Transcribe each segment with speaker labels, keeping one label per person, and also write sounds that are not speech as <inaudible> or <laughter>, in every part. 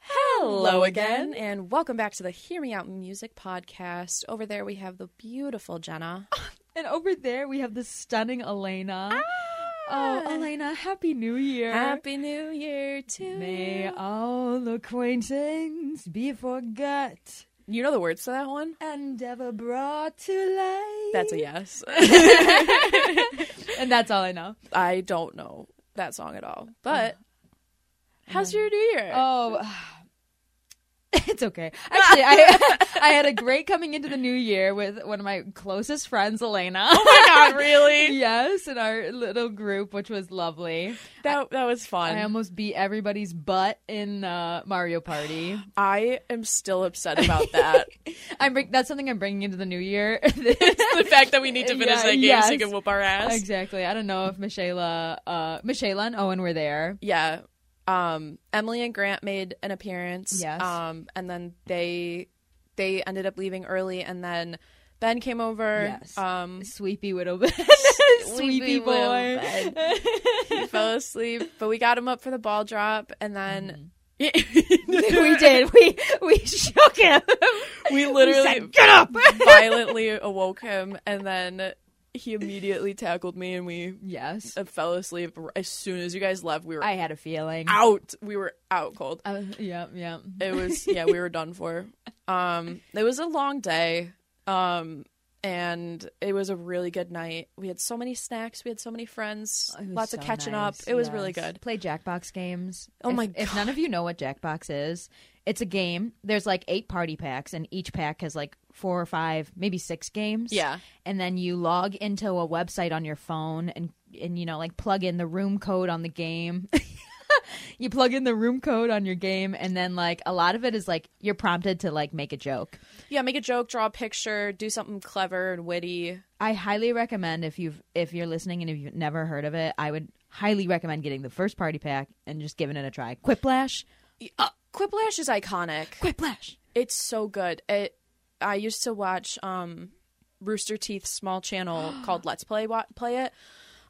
Speaker 1: Hello again, and welcome back to the Hear Me Out Music Podcast. Over there, we have the beautiful Jenna.
Speaker 2: And over there we have the stunning Elena. Oh, Elena, happy new year.
Speaker 1: Ah! Happy New Year to
Speaker 2: May
Speaker 1: you.
Speaker 2: all acquaintance be forgot
Speaker 1: You know the words to that one?
Speaker 2: and ever brought to light.
Speaker 1: That's a yes.
Speaker 2: <laughs> and that's all I know.
Speaker 1: I don't know that song at all, but how's your New Year?
Speaker 2: Oh, <sighs>
Speaker 1: <laughs>
Speaker 2: it's okay. Actually, I <laughs> I had a great coming into the new year with one of my closest friends, Elena.
Speaker 1: oh
Speaker 2: <laughs>
Speaker 1: my god, really?
Speaker 2: yes, in our little group, which was lovely.
Speaker 1: That that was fun.
Speaker 2: I almost beat everybody's butt in uh, Mario Party.
Speaker 1: I am still upset about that. <laughs>
Speaker 2: I'm bring- that's something I'm bringing into the new year. <laughs>
Speaker 1: the fact that we need to finish
Speaker 2: Yeah,
Speaker 1: that game so you
Speaker 2: yes.
Speaker 1: can whoop our ass.
Speaker 2: exactly. I don't know if Michaela, uh, Michaela and Owen were there.
Speaker 1: yeah um emily and grant made an appearance
Speaker 2: Yes.
Speaker 1: um and then they they ended up leaving early and then ben came over
Speaker 2: Yes. <laughs>
Speaker 1: um <laughs>
Speaker 2: Sweepy widow, sweepy
Speaker 1: Sweepy
Speaker 2: boy.
Speaker 1: little he fell asleep but we got him up for the ball drop and then
Speaker 2: <laughs> Mm-hmm.
Speaker 1: <laughs>
Speaker 2: we did. We we shook him.
Speaker 1: we literally
Speaker 2: said,
Speaker 1: <laughs>
Speaker 2: "Get up!" <laughs>
Speaker 1: violently awoke him and then he immediately tackled me and we
Speaker 2: yes,
Speaker 1: uh, fell asleep as soon as you guys left we were
Speaker 2: I had a feeling.
Speaker 1: out we were out cold
Speaker 2: Uh, yeah, yeah.
Speaker 1: it was yeah we were done for um it was a long day um and it was a really good night we had so many snacks we had so many friends
Speaker 2: It was
Speaker 1: lots of
Speaker 2: so
Speaker 1: catching
Speaker 2: nice,
Speaker 1: up it was really
Speaker 2: yes.
Speaker 1: good
Speaker 2: Play Jackbox games.
Speaker 1: Oh
Speaker 2: If-
Speaker 1: my
Speaker 2: If none of you know what Jackbox is, it's a game. There's like eight party packs, and each pack has like four or five, maybe six games.
Speaker 1: Yeah.
Speaker 2: And then you log into a website on your phone and and you know like plug in the room code on the game. <laughs> you plug in the room code on your game, and then like a lot of it is like you're prompted to like make a joke.
Speaker 1: yeah make a joke draw a picture do something clever and witty
Speaker 2: I highly recommend if you've if you're listening and if you've never heard of it, I would highly recommend getting the first party pack and just giving it a try. Quiplash,
Speaker 1: uh, quiplash is iconic
Speaker 2: Quiplash.
Speaker 1: it's so good it i used to watch um rooster teeth's small channel
Speaker 2: <gasps>
Speaker 1: called let's play wa- play it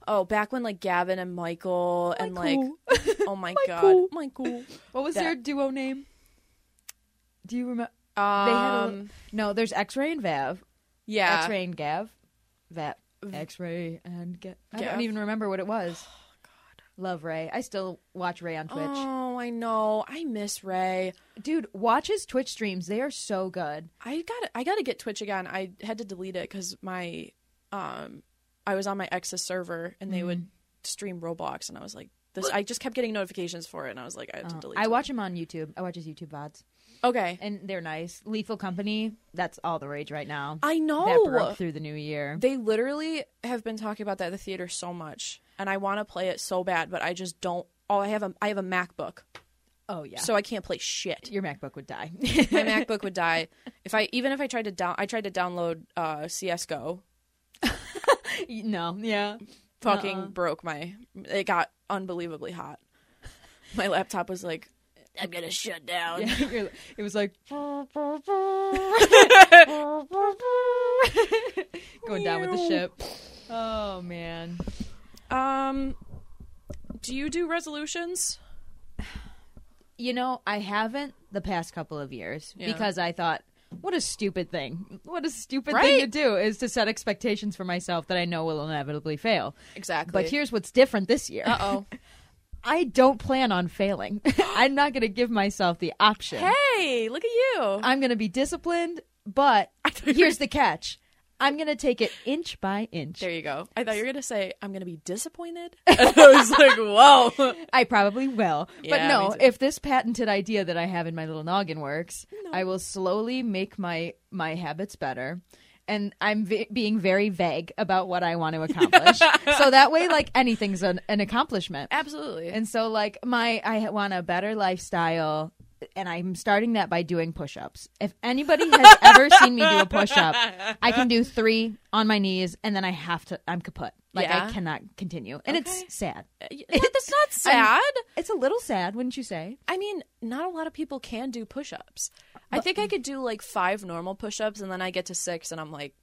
Speaker 1: oh back when like gavin and michael, and like oh
Speaker 2: <laughs>
Speaker 1: my god michael
Speaker 2: What was
Speaker 1: That-
Speaker 2: their duo name? Do you remember?
Speaker 1: um,
Speaker 2: no, there's X-Ray and Vav.
Speaker 1: yeah
Speaker 2: X-Ray and Gav. Vav. X-Ray and Gav. I
Speaker 1: Gav.
Speaker 2: don't even remember what it was. Love Ray. I still watch Ray on Twitch.
Speaker 1: Oh, I know. I miss Ray.
Speaker 2: Dude, watch his Twitch streams. They are so good.
Speaker 1: I got to I got to get Twitch again. I had to delete it cuz my um I was on my ex's server and they
Speaker 2: Mm.
Speaker 1: would stream Roblox and I was like this I just kept getting notifications for it and I was like I have to
Speaker 2: Uh,
Speaker 1: delete
Speaker 2: I
Speaker 1: it.
Speaker 2: watch him on YouTube. I watch his YouTube VODs.
Speaker 1: Okay.
Speaker 2: And they're nice. Lethal Company, that's all the rage right now.
Speaker 1: I
Speaker 2: That broke
Speaker 1: know.
Speaker 2: through the new year.
Speaker 1: They literally have been talking about that at the theater so much and I want to play it so bad but I just don't Oh, I have a I have a MacBook.
Speaker 2: Oh, yeah.
Speaker 1: So I can't play shit.
Speaker 2: <laughs> Your MacBook would die.
Speaker 1: my
Speaker 2: <laughs>
Speaker 1: MacBook would die if I even if I tried to down I tried to download uh CS:GO
Speaker 2: no, yeah.
Speaker 1: fucking broke my it got unbelievably hot <laughs> my laptop was like i'm gonna shut down
Speaker 2: Yeah, <laughs> you're- it was like going down with the ship. Oh man,
Speaker 1: um do you do resolutions
Speaker 2: you know I haven't the past couple of years
Speaker 1: Yeah.
Speaker 2: because I thought, what a stupid thing! What a stupid
Speaker 1: Right?
Speaker 2: thing to do is to set expectations for myself that I know will inevitably fail.
Speaker 1: exactly
Speaker 2: But here's what's different this year.
Speaker 1: uh-oh
Speaker 2: I don't plan on failing. <laughs> I'm not going to give myself the option.
Speaker 1: hey look at you Uh,
Speaker 2: I'm going to be disciplined, but
Speaker 1: <laughs> thought you were-
Speaker 2: here's the catch. I'm gonna take it inch by inch.
Speaker 1: There you go. I thought you were gonna say I'm gonna be disappointed. <laughs> And I was like, whoa.
Speaker 2: I probably will.
Speaker 1: Yeah,
Speaker 2: but
Speaker 1: me
Speaker 2: no,
Speaker 1: too.
Speaker 2: if this patented idea that I have in my little noggin works, I will slowly make my my habits better. And I'm v- being very vague about what I want
Speaker 1: <laughs>
Speaker 2: to accomplish. so that way like anything's an, an accomplishment.
Speaker 1: Absolutely.
Speaker 2: And so like my I want a better lifestyle and I'm starting that by doing push-ups. If anybody <laughs> has ever seen me do a push-up, I can do 3 on my knees and then I have to I'm kaput. Like
Speaker 1: Yeah.
Speaker 2: I cannot continue. And
Speaker 1: Okay.
Speaker 2: it's sad.
Speaker 1: No, that's <laughs>
Speaker 2: <laughs>
Speaker 1: not sad.
Speaker 2: It's a little sad, wouldn't you say?
Speaker 1: I mean, not a lot of people can do push ups. I think I could do like five normal push ups and then I get to six and I'm like,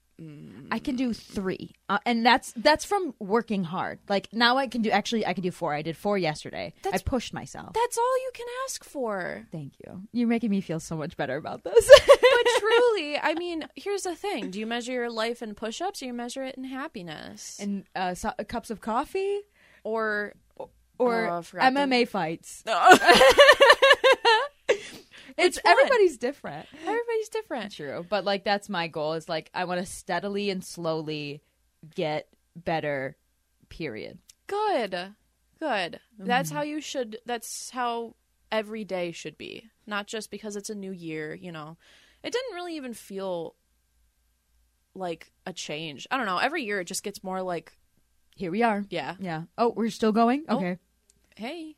Speaker 2: I can do three, uh, and that's that's from working hard. Like now, I can do actually. I can do four. I did four yesterday.
Speaker 1: That's-
Speaker 2: I pushed myself.
Speaker 1: that's all you can ask for.
Speaker 2: Thank you. You're making me feel so much better about this.
Speaker 1: But truly, I mean, here's the thing do you measure your life in push ups or you measure it in happiness?
Speaker 2: <laughs> and uh, so- cups of coffee
Speaker 1: or
Speaker 2: or
Speaker 1: Oh, I forgot
Speaker 2: MMA fights. <laughs> it's
Speaker 1: one?
Speaker 2: everybody's different.
Speaker 1: everybody's different.
Speaker 2: True, but like that's my goal. Is like I want to steadily and slowly get better. Period.
Speaker 1: Good. Good. That's how you should that's how every day should be. Not just because it's a new year, you know. It didn't really even feel like a change. I don't know. Every year it just gets more like,
Speaker 2: Here we are.
Speaker 1: yeah,
Speaker 2: Yeah. Oh, we're still going.
Speaker 1: Oh.
Speaker 2: Okay.
Speaker 1: hey,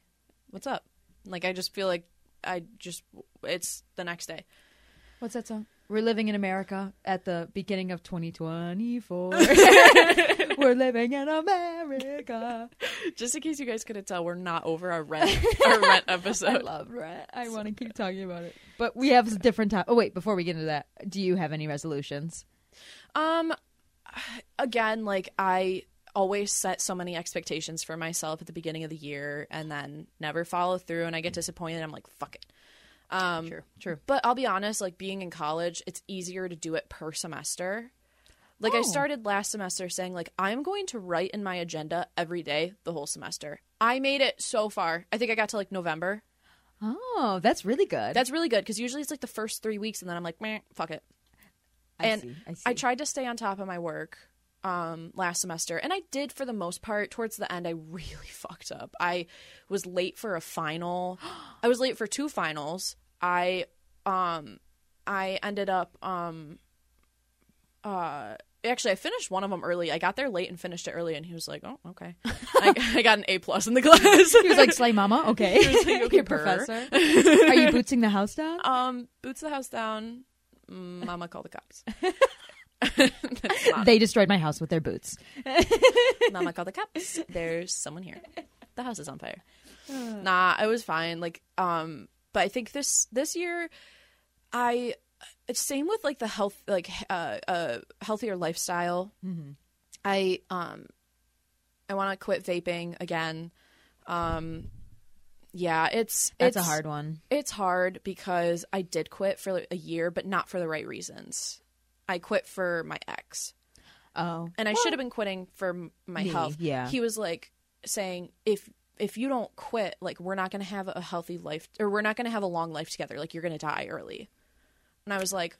Speaker 1: what's up? Like I just feel like I just it's the next day.
Speaker 2: What's that song? We're living in America at the beginning of <laughs> 2024. We're living in America.
Speaker 1: Just in case you guys couldn't tell, we're not over our
Speaker 2: <laughs>
Speaker 1: rent our rent
Speaker 2: I
Speaker 1: episode.
Speaker 2: love Rhett. I want to keep talking about it. But we have different time. Oh wait, before we get into that, do you have any resolutions?
Speaker 1: Um, again, like I always set so many expectations for myself at the beginning of the year and then never follow through and I get disappointed. I'm like, fuck it. Um,
Speaker 2: <laughs> True, true.
Speaker 1: but I'll be honest, like being in college, it's easier to do it per semester. Like I
Speaker 2: Oh.
Speaker 1: started last semester saying like I'm going to write in my agenda every day the whole semester. I made it so far. I think I got to like November.
Speaker 2: Oh, that's really good.
Speaker 1: That's really good because usually it's like the first three weeks and then I'm like, meh, fuck it.
Speaker 2: I
Speaker 1: and
Speaker 2: see, I see.
Speaker 1: I tried to stay on top of my work um last semester and I did for the most part towards the end I <laughs> really fucked up. I was late for a final. <gasps> I was late for two finals. I um I ended up um uh actually I finished one of them early. I got there late and finished it early and he was like, "Oh, okay."
Speaker 2: <laughs>
Speaker 1: I, I got an A+ plus in the class.
Speaker 2: He
Speaker 1: <laughs>
Speaker 2: was like, "Slay, mama." Okay.
Speaker 1: He was like, "Okay,
Speaker 2: <laughs> Your
Speaker 1: brr." <laughs>
Speaker 2: professor. Are you bootsing the house down?
Speaker 1: um boots the house down. Mama call the
Speaker 2: <laughs>
Speaker 1: cops. <laughs> That's not-
Speaker 2: They destroyed my house with their boots.
Speaker 1: Mama called the cops. There's someone here. The house is on
Speaker 2: <sighs>
Speaker 1: fire. Nah, I was fine. Like, um, but I think this this year, I it's same with like the health, like uh, uh healthier lifestyle.
Speaker 2: Mm-hmm.
Speaker 1: I um, I want to quit vaping again. Um, yeah, it's
Speaker 2: That's
Speaker 1: it's,
Speaker 2: a hard one.
Speaker 1: It's hard because I did quit for like, a year, but not for the right reasons. I quit for my ex
Speaker 2: Oh,
Speaker 1: and I should have been quitting for m- my
Speaker 2: me,
Speaker 1: health.
Speaker 2: yeah.
Speaker 1: He was like saying if if you don't quit, like we're not going to have a healthy life or we're not going to have a long life together. Like you're going to die early. And I was like,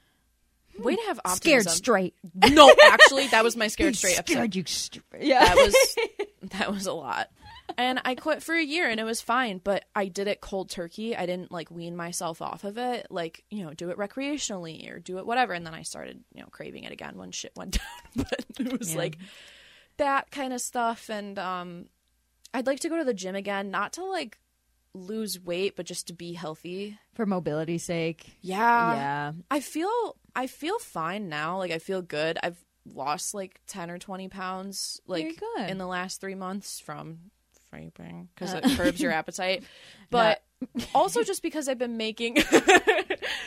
Speaker 1: way to have
Speaker 2: scared
Speaker 1: optimism.
Speaker 2: straight. <laughs>
Speaker 1: no, actually, that was my scared straight episode.
Speaker 2: Scared you. Str- yeah.
Speaker 1: That was that was a lot. And I quit for a year and it was fine, but I did it cold turkey. I didn't like wean myself off of it, like, you know, do it recreationally or do it whatever. And then I started, you know, craving it again when shit went <laughs> down. but it was
Speaker 2: Yeah.
Speaker 1: like that kind of stuff. And um I'd like to go to the gym again, not to like lose weight, but just to be healthy.
Speaker 2: For mobility's sake.
Speaker 1: Yeah.
Speaker 2: yeah.
Speaker 1: I feel I feel fine now. Like I feel good. I've lost like ten or twenty pounds like
Speaker 2: good.
Speaker 1: in the last three months from vaping because it curbs your appetite, <laughs> but also just because I've been making <laughs>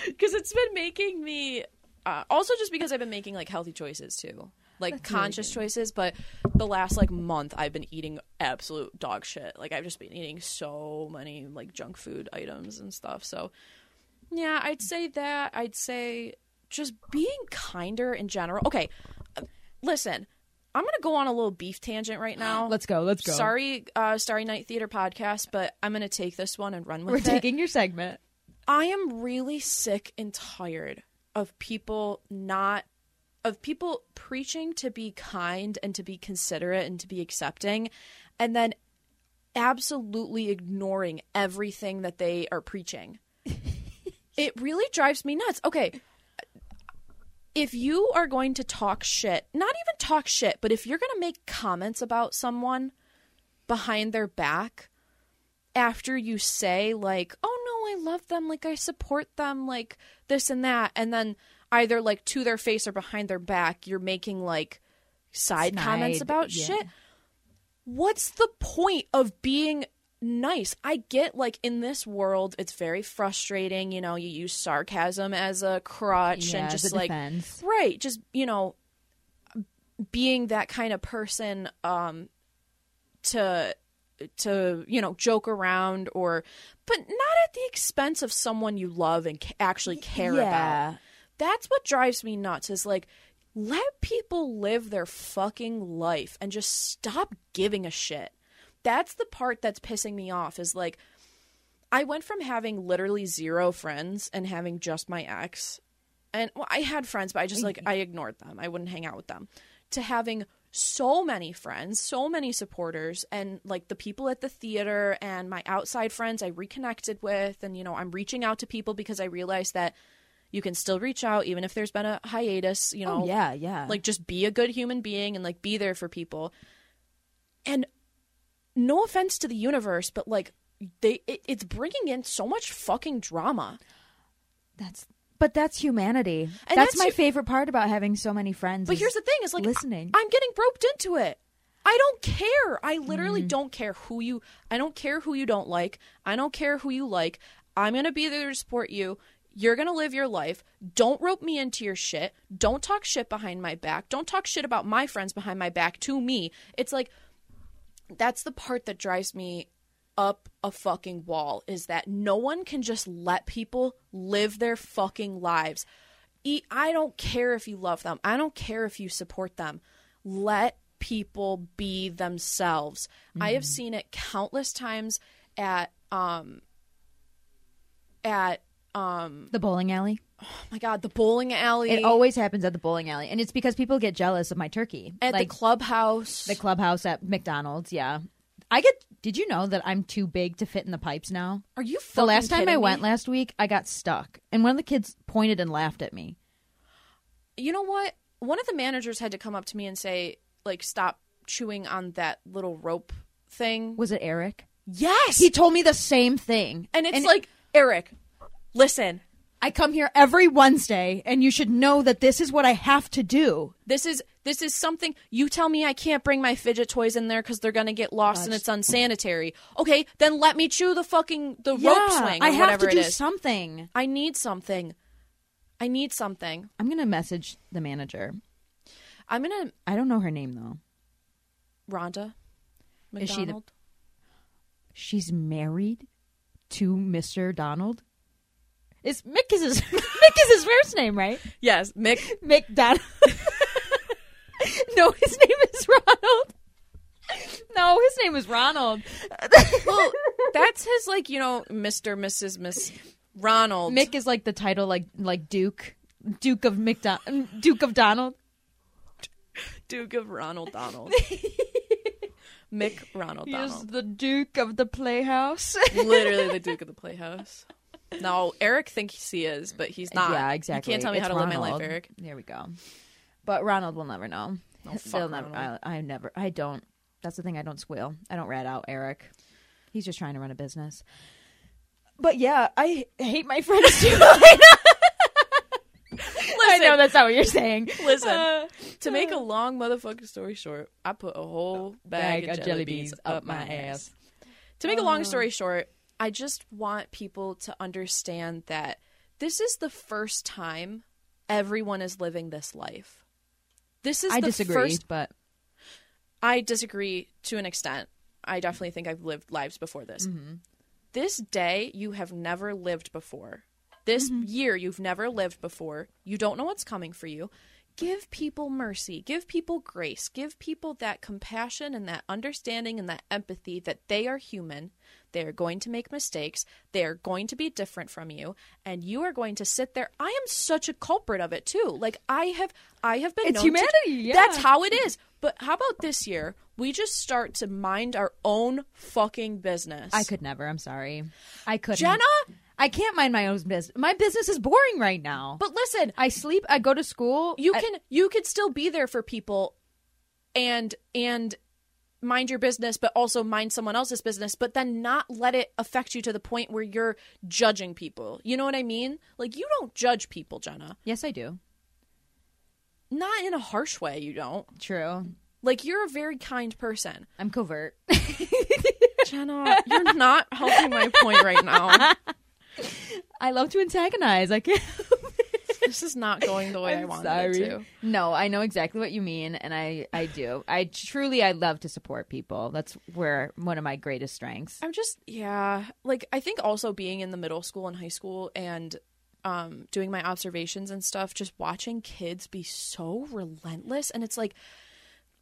Speaker 1: because it's been making me. Uh, also, just because I've been making like healthy choices too, like
Speaker 2: really
Speaker 1: conscious choices. But the last like month, I've been eating absolute dog shit. Like I've just been eating so many like junk food items and stuff. So yeah, I'd say that. I'd say just being kinder in general. Okay, uh, listen, I'm gonna go on a little beef tangent right now.
Speaker 2: <gasps> Let's go. Let's go.
Speaker 1: Sorry, uh, Starry Night Theater podcast, but I'm gonna take this one and run with
Speaker 2: We're
Speaker 1: it.
Speaker 2: taking your segment.
Speaker 1: I am really sick and tired of people not of people preaching to be kind and to be considerate and to be accepting and then absolutely ignoring everything that they are
Speaker 2: <laughs>
Speaker 1: preaching. it really drives me nuts. Okay. If you are going to talk shit, not even talk shit, but if you're going to make comments about someone behind their back after you say like, "Oh no, I love them, like I support them, like this and that," and then either like to their face or behind their back, you're making like side
Speaker 2: Snide,
Speaker 1: comments about
Speaker 2: yeah.
Speaker 1: shit what's the point of being nice? I get like in this world, it's very frustrating. You know, you use sarcasm as a crutch
Speaker 2: Yeah,
Speaker 1: and
Speaker 2: as
Speaker 1: just
Speaker 2: a
Speaker 1: like
Speaker 2: defense.
Speaker 1: right, just you know, being that kind of person um, to to you know joke around or but not at the expense of someone you love and ca- actually care about
Speaker 2: yeah.
Speaker 1: that's what drives me nuts is like let people live their fucking life and just stop giving a shit that's the part that's pissing me off is like i went from having literally zero friends and having just my ex and well, i had friends but i just like i ignored them i wouldn't hang out with them to having so many friends so many supporters and like the people at the theater and my outside friends i reconnected with and you know i'm reaching out to people because i realized that you can still reach out even if there's been a hiatus you know
Speaker 2: Oh yeah, yeah.
Speaker 1: like just be a good human being and like be there for people and no offense to the universe but like they it, it's bringing in so much fucking drama
Speaker 2: that's but that's humanity.
Speaker 1: And
Speaker 2: that's,
Speaker 1: that's
Speaker 2: my
Speaker 1: hu-
Speaker 2: favorite part about having so many friends.
Speaker 1: but
Speaker 2: is-
Speaker 1: here's the thing is like
Speaker 2: listening.
Speaker 1: I, am getting roped into it i don't care i literally don't care who you i don't care who you don't like i don't care who you like i'm gonna be there to support you you're gonna live your life don't rope me into your shit don't talk shit behind my back don't talk shit about my friends behind my back to me it's like that's the part that drives me up a fucking wall is that no one can just let people live their fucking lives. E- I don't care if you love them. I don't care if you support them. Let people be themselves. I
Speaker 2: Mm-hmm.
Speaker 1: have seen it countless times at um at um
Speaker 2: the bowling alley.
Speaker 1: oh my god, the bowling alley
Speaker 2: It always happens at the bowling alley, and it's because people get jealous of my turkey.
Speaker 1: at
Speaker 2: like
Speaker 1: the clubhouse.
Speaker 2: the clubhouse at McDonald's. Yeah, I get. Did you know that I'm too big to fit in the pipes now?
Speaker 1: Are you
Speaker 2: The
Speaker 1: fucking
Speaker 2: last time
Speaker 1: kidding
Speaker 2: I
Speaker 1: me?
Speaker 2: went last week, I got stuck, and one of the kids pointed and laughed at me.
Speaker 1: you know what? One of the managers had to come up to me and say, like, stop chewing on that little rope thing.
Speaker 2: Was it Eric?
Speaker 1: Yes.
Speaker 2: He told me the same thing,
Speaker 1: and it's like, Eric, listen,
Speaker 2: I come here every Wednesday, and you should know that this is what I have to do.
Speaker 1: this is this is something you tell me I can't bring my fidget toys in there because they're gonna get lost and it's unsanitary. Okay, then let me chew the fucking the rope swing or
Speaker 2: I have
Speaker 1: whatever
Speaker 2: to do
Speaker 1: it is.
Speaker 2: something.
Speaker 1: I need something. I need something.
Speaker 2: I'm gonna message the manager.
Speaker 1: I'm gonna
Speaker 2: I don't know her name though.
Speaker 1: Rhonda. McDonald.
Speaker 2: Is she the- She's married to Mr. Donald. Is Mick <laughs> is his Mick is his first name, right?
Speaker 1: Yes, Mick.
Speaker 2: Mick Donald. <laughs> no, his name is Ronald. No, his name is Ronald.
Speaker 1: Well, that's his like you know Mr. Mrs. Miss Ronald.
Speaker 2: Mick is like the title, like like Duke, Duke of McDon- Duke of Donald.
Speaker 1: <laughs> Duke of Ronald
Speaker 2: <laughs>
Speaker 1: Donald. Mick Ronald
Speaker 2: He's
Speaker 1: Donald.
Speaker 2: the Duke of the Playhouse. <laughs>
Speaker 1: Literally the Duke of the Playhouse. No, Eric thinks he is, but he's not.
Speaker 2: Yeah, exactly.
Speaker 1: You can't tell me
Speaker 2: It's
Speaker 1: how to live my life,
Speaker 2: Ronald.
Speaker 1: Eric.
Speaker 2: There we go. But Ronald will never know.
Speaker 1: Oh, fuck
Speaker 2: He'll never. I,
Speaker 1: Ronald.
Speaker 2: I never. I don't. That's the thing. I don't squeal. I don't rat out Eric. He's just trying to run a business. But yeah, I hate my
Speaker 1: <laughs>
Speaker 2: friends too. <laughs> I know that's not what you're saying.
Speaker 1: Listen,
Speaker 2: <laughs> Uh,
Speaker 1: to make a long motherfucking story short, I put a whole bag, of, jelly beans, up my ass. To make a
Speaker 2: Oh.
Speaker 1: long story short, I just want people to understand that this is the first time everyone is living this life. This is
Speaker 2: I
Speaker 1: the
Speaker 2: disagree,
Speaker 1: first
Speaker 2: but
Speaker 1: I disagree to an extent. I definitely think I've lived lives before this.
Speaker 2: Mm-hmm.
Speaker 1: This day you have never
Speaker 2: Mm-hmm.
Speaker 1: lived before. This year you've never lived before. You don't know what's coming for you. give people mercy, give people grace, give people that compassion and that understanding and that empathy that they are human. They are going to make mistakes. They are going to be different from you, and you are going to sit there. I am such a culprit of it too. Like I have, I have been.
Speaker 2: It's
Speaker 1: known to-
Speaker 2: humanity, yeah.
Speaker 1: That's how it is. But how about this year? We just start to mind our own fucking business.
Speaker 2: I could never. I'm sorry. I couldn't.
Speaker 1: Jenna.
Speaker 2: I can't mind my own business. My business is boring right now.
Speaker 1: But listen,
Speaker 2: I sleep. I go to school.
Speaker 1: you
Speaker 2: I-
Speaker 1: can you could still be there for people and and mind your business but also mind someone else's business but then not let it affect you to the point where you're judging people you know what i mean like you don't judge people jenna
Speaker 2: Yes, I do.
Speaker 1: not in a harsh way you don't
Speaker 2: True.
Speaker 1: like you're a very kind person
Speaker 2: I'm covert.
Speaker 1: jenna you're not helping my point right
Speaker 2: <laughs>
Speaker 1: now
Speaker 2: I love to antagonize. I can't.
Speaker 1: this is not going the way i wanted it to
Speaker 2: No, I know exactly what you mean, and I I do. I truly I love to support people. That's where one of my greatest strengths.
Speaker 1: I'm just yeah, like I think also being in the middle school and high school and um doing my observations and stuff just watching kids be so relentless and it's like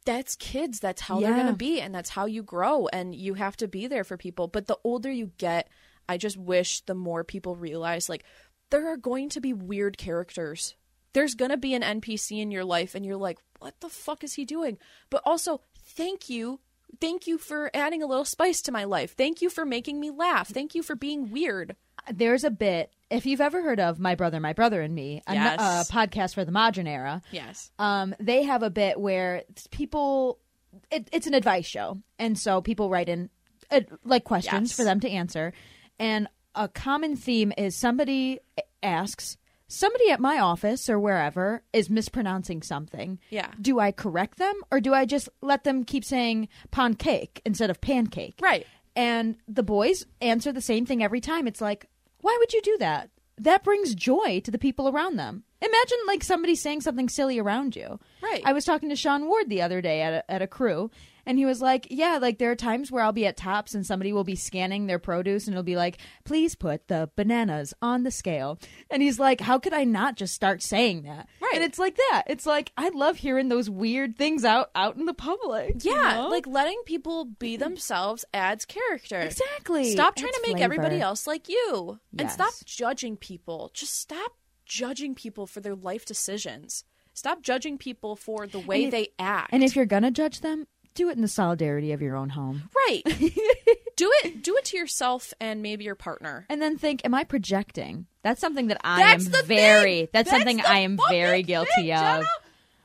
Speaker 1: that's kids that's how they're going
Speaker 2: Yeah.
Speaker 1: to be and that's how you grow and you have to be there for people but the older you get I just wish the more people realize like there are going to be weird characters there's going to be an NPC in your life and you're like, what the fuck is he doing? But also, thank you. Thank you for adding a little spice to my life. Thank you for making me laugh. Thank you for being weird.
Speaker 2: There's a bit if you've ever heard of My Brother, My Brother and Me, a,
Speaker 1: Yes.
Speaker 2: a podcast for the modern era.
Speaker 1: Yes.
Speaker 2: um, they have a bit where people it, it's an advice show and so people write in uh, like questions
Speaker 1: Yes.
Speaker 2: for them to answer and a common theme is somebody eh, asks somebody at my office or wherever is mispronouncing something
Speaker 1: Yeah.
Speaker 2: do i correct them or do i just let them keep saying pancake instead of pancake
Speaker 1: Right.
Speaker 2: and the boys answer the same thing every time. It's like, why would you do that? That brings joy to the people around them. Imagine like somebody saying something silly around you.
Speaker 1: Right.
Speaker 2: I was talking to Sean Ward the other day at a, at a crew, and he was like, "Yeah, like there are times where I'll be at Tops and somebody will be scanning their produce and it'll be like, please put the bananas on the scale." And he's like, "How could I not just start saying that?"
Speaker 1: Right.
Speaker 2: And it's like that. It's like I love hearing those weird things out out in the public. you
Speaker 1: Yeah.
Speaker 2: know?
Speaker 1: Like letting people be themselves adds character.
Speaker 2: exactly.
Speaker 1: Stop trying
Speaker 2: Adds
Speaker 1: to make everybody
Speaker 2: flavor.
Speaker 1: else like you. And
Speaker 2: Yes.
Speaker 1: stop judging people. Just stop judging people for their life decisions. Stop judging people for the way
Speaker 2: And if-
Speaker 1: they act.
Speaker 2: And if you're gonna judge them, do it in the solidarity of your own home. <laughs>
Speaker 1: Right. do it do it to yourself and maybe your partner.
Speaker 2: And then think, am I projecting? That's something that I
Speaker 1: That's
Speaker 2: am
Speaker 1: the thing!
Speaker 2: very
Speaker 1: That's
Speaker 2: that's, something
Speaker 1: the
Speaker 2: I am
Speaker 1: fucking
Speaker 2: very guilty
Speaker 1: thing,
Speaker 2: of.
Speaker 1: Jenna!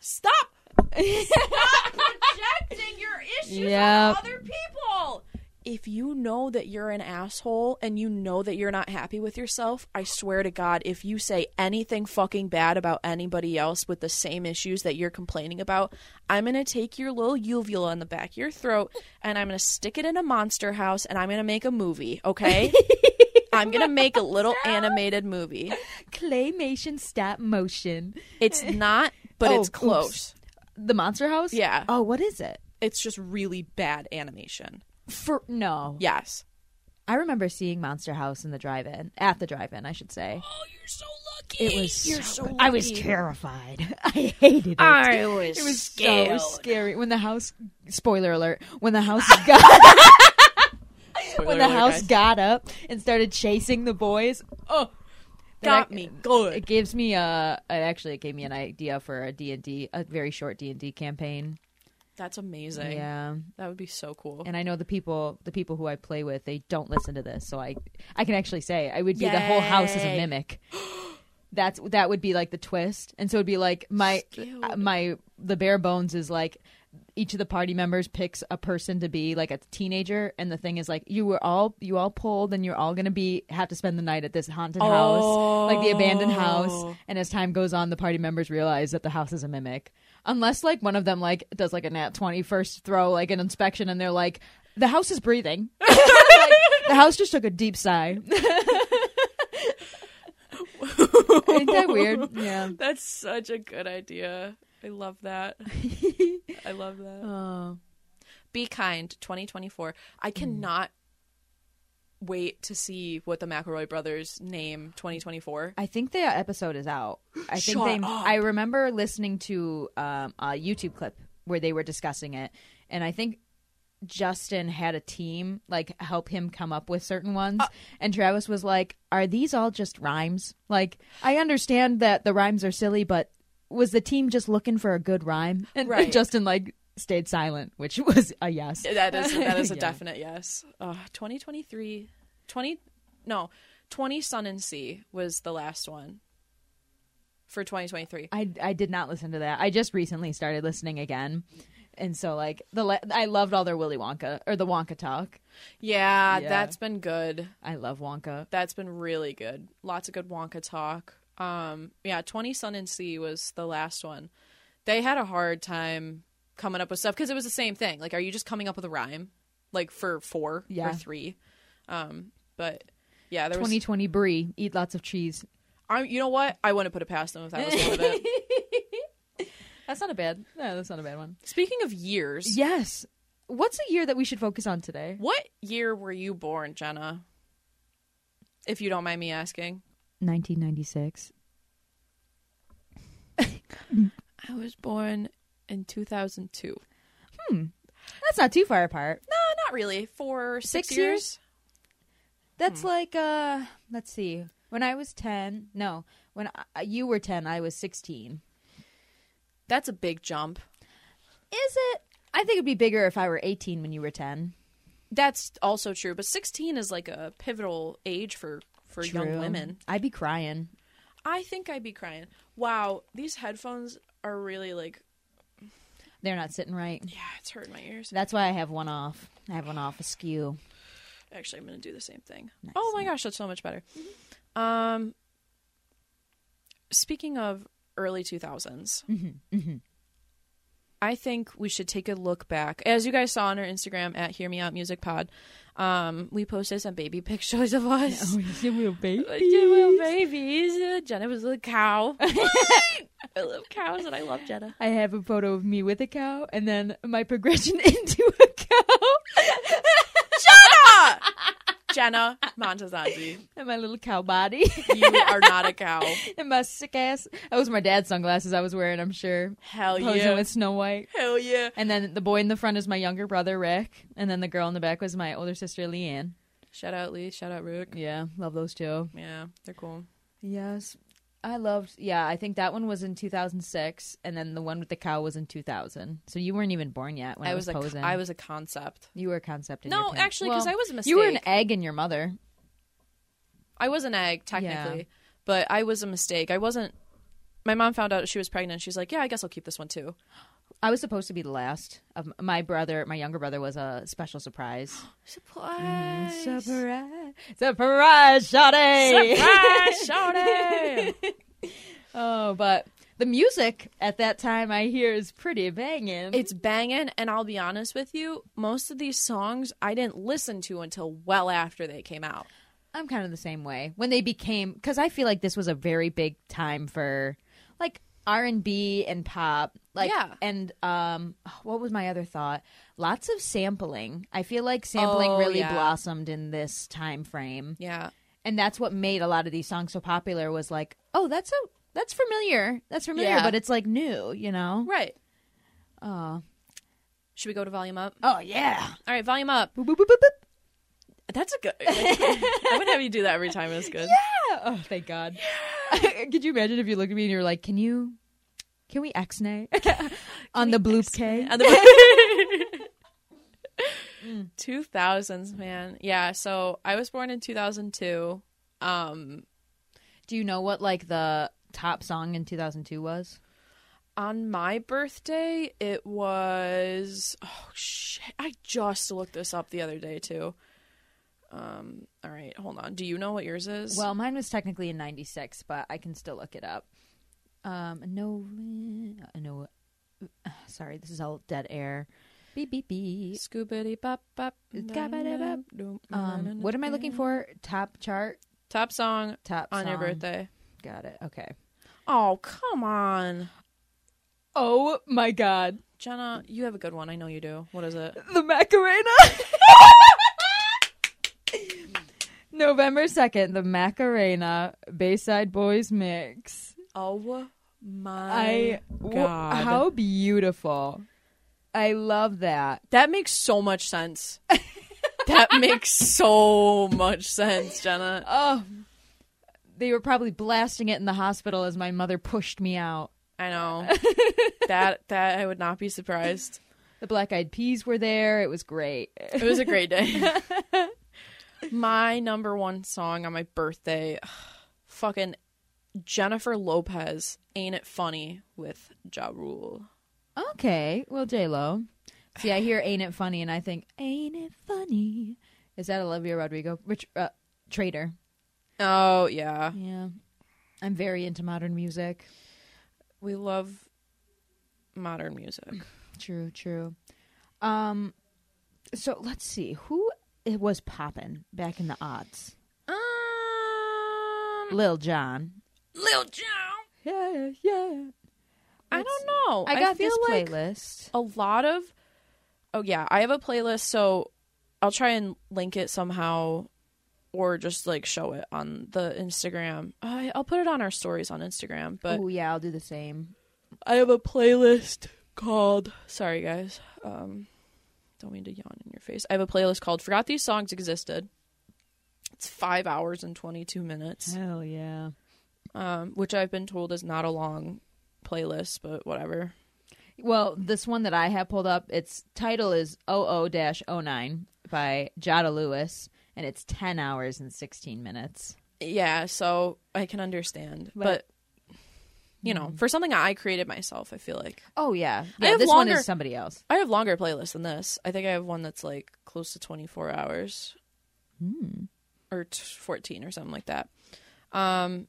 Speaker 1: Stop
Speaker 2: <laughs>
Speaker 1: stop projecting your issues
Speaker 2: Yep.
Speaker 1: on other people. If you know that you're an asshole and you know that you're not happy with yourself, I swear to God, if you say anything fucking bad about anybody else with the same issues that you're complaining about, I'm going to take your little uvula in the back of your throat and I'm going to stick it in a monster house and I'm going to make a movie,
Speaker 2: <laughs>
Speaker 1: okay? I'm going to make a little animated movie.
Speaker 2: Claymation stop motion. <laughs>
Speaker 1: It's not, but
Speaker 2: Oh,
Speaker 1: it's
Speaker 2: oops.
Speaker 1: close.
Speaker 2: The Monster House?
Speaker 1: Yeah.
Speaker 2: Oh, what is it?
Speaker 1: It's just really bad animation.
Speaker 2: For no.
Speaker 1: Yes.
Speaker 2: I remember seeing Monster House in the drive in at the drive in, I should say.
Speaker 1: Oh, you're so lucky.
Speaker 2: It was
Speaker 1: you're so,
Speaker 2: so,
Speaker 1: lucky.
Speaker 2: I was terrified. <laughs> I hated it.
Speaker 1: I was
Speaker 2: it was so
Speaker 1: scared.
Speaker 2: scary. When the house spoiler alert, <laughs> when the house got when the house got up and started chasing the boys. Oh,
Speaker 1: got
Speaker 2: that-
Speaker 1: me good.
Speaker 2: It gives me a. It actually, it gave me an idea for a D and D, a very short D and D campaign.
Speaker 1: <laughs> That's amazing.
Speaker 2: Yeah,
Speaker 1: That would be so cool.
Speaker 2: and I know the people, the people who I play with, they don't listen to this, so I, I can actually say I would be the whole house as a
Speaker 1: Yay.
Speaker 2: mimic. <gasps> That's that would be like the twist, and so it'd be like my
Speaker 1: Skewed.
Speaker 2: uh, my the bare bones is like each of the party members picks a person to be like a teenager, and the thing is like you were all you all pulled, and you're all gonna be have to spend the night at this haunted house, like the abandoned house.
Speaker 1: Oh.
Speaker 2: And as time goes on, the party members realize that the house is a mimic, unless like one of them like does like a nat twenty first throw like an inspection, and they're like the house is breathing. <laughs> Like, the house just took a deep sigh. Ain't that weird? Yeah.
Speaker 1: That's such a good idea. I love
Speaker 2: <laughs>
Speaker 1: that. I love that.
Speaker 2: Oh. Mm.
Speaker 1: Be kind 2024. I cannot wait to see what the McElroy brothers name 2024.
Speaker 2: I think the episode is out. I think
Speaker 1: Shut
Speaker 2: they.
Speaker 1: up.
Speaker 2: I remember listening to um, a YouTube clip where they were discussing it, and I think Justin had a team like help him come up with certain
Speaker 1: Uh
Speaker 2: ones, and Travis was like, "Are these all just rhymes? Like, I understand that the rhymes are silly, but was the team just looking for a good rhyme?" And,
Speaker 1: Right.
Speaker 2: Justin like stayed silent, which <laughs> was a yes.
Speaker 1: That is that
Speaker 2: <laughs>
Speaker 1: is a
Speaker 2: Yeah.
Speaker 1: definite yes. Uh, 2023 20 no, 20 Sun and Sea was the last one for 2023.
Speaker 2: I I did not listen to that. I just recently started listening again, and so like the la- I loved all their Willy Wonka or the Wonka talk.
Speaker 1: Yeah,
Speaker 2: Yeah.
Speaker 1: that's been good.
Speaker 2: I love Wonka.
Speaker 1: That's been really good. Lots of good Wonka talk. Um yeah, 20 Sun and Sea was the last one. They had a hard time coming up with stuff because it was the same thing. Like are you just coming up with a rhyme like for 4
Speaker 2: Yeah.
Speaker 1: or 3? Um but yeah, there was
Speaker 2: Twenty twenty brie, eat lots of cheese.
Speaker 1: I, you know what? I wouldn't put it past them if
Speaker 2: <laughs>
Speaker 1: that was one of it.
Speaker 2: That's not a bad. No, that's not a bad one.
Speaker 1: Speaking of years,
Speaker 2: Yes. What's a year that we should focus on today?
Speaker 1: what year were you born, Jenna? If you don't mind me asking.
Speaker 2: 1996.
Speaker 1: I was born in 2002.
Speaker 2: That's not too far apart.
Speaker 1: No, not really. For six,
Speaker 2: Six
Speaker 1: years?
Speaker 2: years? That's like uh let's see. When I was 10, no, when I, uh, you were 10, I was 16.
Speaker 1: That's a big jump.
Speaker 2: Is it? I think it'd be bigger if I were 18 when you were 10.
Speaker 1: That's also true, but 16 is like a pivotal age for for young women.
Speaker 2: I'd be crying.
Speaker 1: I think I'd be crying. Wow, these headphones are really like
Speaker 2: They're not sitting right.
Speaker 1: yeah, it's hurting my ears.
Speaker 2: That's why I have one off. I have one off askew.
Speaker 1: Actually, I'm going to do the same thing. Oh my gosh, that's so much better. Um, speaking of early 2000s, I think we should take a look back. As you guys saw on our Instagram at Hear Me Out Music Pod, um, we posted some baby <laughs> pictures of
Speaker 2: Oh,
Speaker 1: us. <laughs>
Speaker 2: <laughs>
Speaker 1: Like, yeah, well, babies. Uh, Jenna was a little cow. I love cows and I love Jenna.
Speaker 2: I have a photo of me with a cow and then my progression <laughs> into a cow <laughs>
Speaker 1: Jenna! Ah! Jenna Montezanzi,
Speaker 2: and my little cow body <laughs>
Speaker 1: you are not a cow.
Speaker 2: and my sick ass. That was my dad's sunglasses I was wearing, I'm sure.
Speaker 1: Hell
Speaker 2: Posing
Speaker 1: yeah.
Speaker 2: with Snow White.
Speaker 1: Hell yeah.
Speaker 2: And then the boy in the front is my younger brother, Rick. And then the girl in the back was my older sister, Leanne.
Speaker 1: Shout out Lee. Shout out Rook.
Speaker 2: Yeah, love those two.
Speaker 1: Yeah, they're cool.
Speaker 2: Yes. I loved, yeah, I think that one was in 2006, and then the one with the cow was in 2000. So you weren't even born yet when I,
Speaker 1: I was a,
Speaker 2: posing.
Speaker 1: I was a concept.
Speaker 2: You were a concept. In
Speaker 1: No,
Speaker 2: your parents-
Speaker 1: actually, 'cause I was a
Speaker 2: You were an
Speaker 1: mistake.
Speaker 2: egg in your mother.
Speaker 1: I was an egg technically, but I was a mistake. I wasn't. My mom found out she was pregnant. She's like, "Yeah, I guess I'll keep this one too."
Speaker 2: I was supposed to be the last. Of my brother, my younger brother, was a special surprise.
Speaker 1: Mm, Surprise!
Speaker 2: Surprise! Surprise, Shawty!
Speaker 1: Surprise! Shawty!
Speaker 2: <laughs> oh, but the music at that time I hear is pretty
Speaker 1: <laughs>
Speaker 2: banging.
Speaker 1: it's banging, and I'll be honest with you, most of these songs I didn't listen to until well after they came out.
Speaker 2: I'm kind of the same way when they became because I feel like this was a very big time for like R and B and pop, like
Speaker 1: Yeah.
Speaker 2: and um, what was my other thought? Lots of sampling. I feel like sampling
Speaker 1: Oh,
Speaker 2: really
Speaker 1: yeah.
Speaker 2: blossomed in this time frame,
Speaker 1: Yeah,
Speaker 2: and that's what made a lot of these songs so popular. Was like, oh, that's a that's familiar, that's familiar,
Speaker 1: Yeah.
Speaker 2: but it's like new, you know?
Speaker 1: right. Oh. Should we go to volume up?
Speaker 2: Oh yeah,
Speaker 1: All right, volume up.
Speaker 2: Boop, boop, boop, boop, boop.
Speaker 1: That's a good. <laughs> I'm gonna have you do that every time. It's good.
Speaker 2: oh thank God. <laughs> Could you imagine if you looked at me and you were like, can you? Can we X <laughs> nay on the bloop K?
Speaker 1: And the 2000s, man. Yeah, so I was born in 2002. Um
Speaker 2: Do you know what like the top song in 2002 was?
Speaker 1: on my birthday, it was oh shit. I just looked this up the other day too. Um all right, hold on. Do you know what yours is?
Speaker 2: Well, mine was technically in 96, but I can still look it up. Um no uh, no uh, sorry, this is all dead air. Beep beep beep.
Speaker 1: Scoobity bop bop.
Speaker 2: Scoobity-bop. Um what am I looking for? Top chart,
Speaker 1: Top song
Speaker 2: top
Speaker 1: on your
Speaker 2: song.
Speaker 1: birthday.
Speaker 2: Got it. Okay.
Speaker 1: Oh, come on.
Speaker 2: Oh my god.
Speaker 1: Jenna, you have a good one. I know you do. What is it?
Speaker 2: The Macarena. <laughs> November 2nd, the Macarena Bayside Boys Mix.
Speaker 1: Oh my
Speaker 2: I w-
Speaker 1: God.
Speaker 2: how beautiful. I love that.
Speaker 1: That makes so much sense. that makes so much sense, Jenna.
Speaker 2: Oh. They were probably blasting it in the hospital as my mother pushed me out.
Speaker 1: I know. that that I would not be surprised.
Speaker 2: The black eyed peas were there. It was great.
Speaker 1: It was a great day. my number one song on my birthday fucking Jennifer Lopez Ain't It Funny with Ja Rule.
Speaker 2: Okay. Well, J Lo. See, I hear "Ain't It Funny" and I think "Ain't It Funny." Is that Olivia Rodrigo? Which uh, traitor?
Speaker 1: Oh yeah.
Speaker 2: Yeah, I'm very into modern music.
Speaker 1: We love modern music. Um,
Speaker 2: True, true. Um, so let's see who it was poppin' back in the odds.
Speaker 1: Um
Speaker 2: Lil Jon.
Speaker 1: Lil Jon.
Speaker 2: Hmm. Yeah, yeah.
Speaker 1: I
Speaker 2: Let's-
Speaker 1: don't know.
Speaker 2: Oh, I got
Speaker 1: feel
Speaker 2: this
Speaker 1: like
Speaker 2: playlist.
Speaker 1: a lot of Oh yeah, I have a playlist so I'll try and link it somehow or just like show it on the Instagram. I, I'll put it on our stories on Instagram, but
Speaker 2: Oh yeah, I'll do the same.
Speaker 1: I have a playlist called Sorry guys. Um don't mean to yawn in your face. I have a playlist called Forgot These Songs Existed. It's 5 hours and 22 minutes.
Speaker 2: Hell yeah.
Speaker 1: um, which I've been told is not a long playlist, but whatever.
Speaker 2: Well, this one that I have pulled up, its title is 00-09 by Jada Lewis, and it's 10 hours and 16 minutes.
Speaker 1: Yeah, so I can understand, but,
Speaker 2: But-
Speaker 1: you know, for something I created myself, I feel like
Speaker 2: Oh, yeah.
Speaker 1: I
Speaker 2: Yeah,
Speaker 1: have
Speaker 2: this one
Speaker 1: longer-
Speaker 2: is somebody else.
Speaker 1: I have longer playlists than this. I think I have one that's like close to twenty four hours, or t- fourteen or something like that. Um,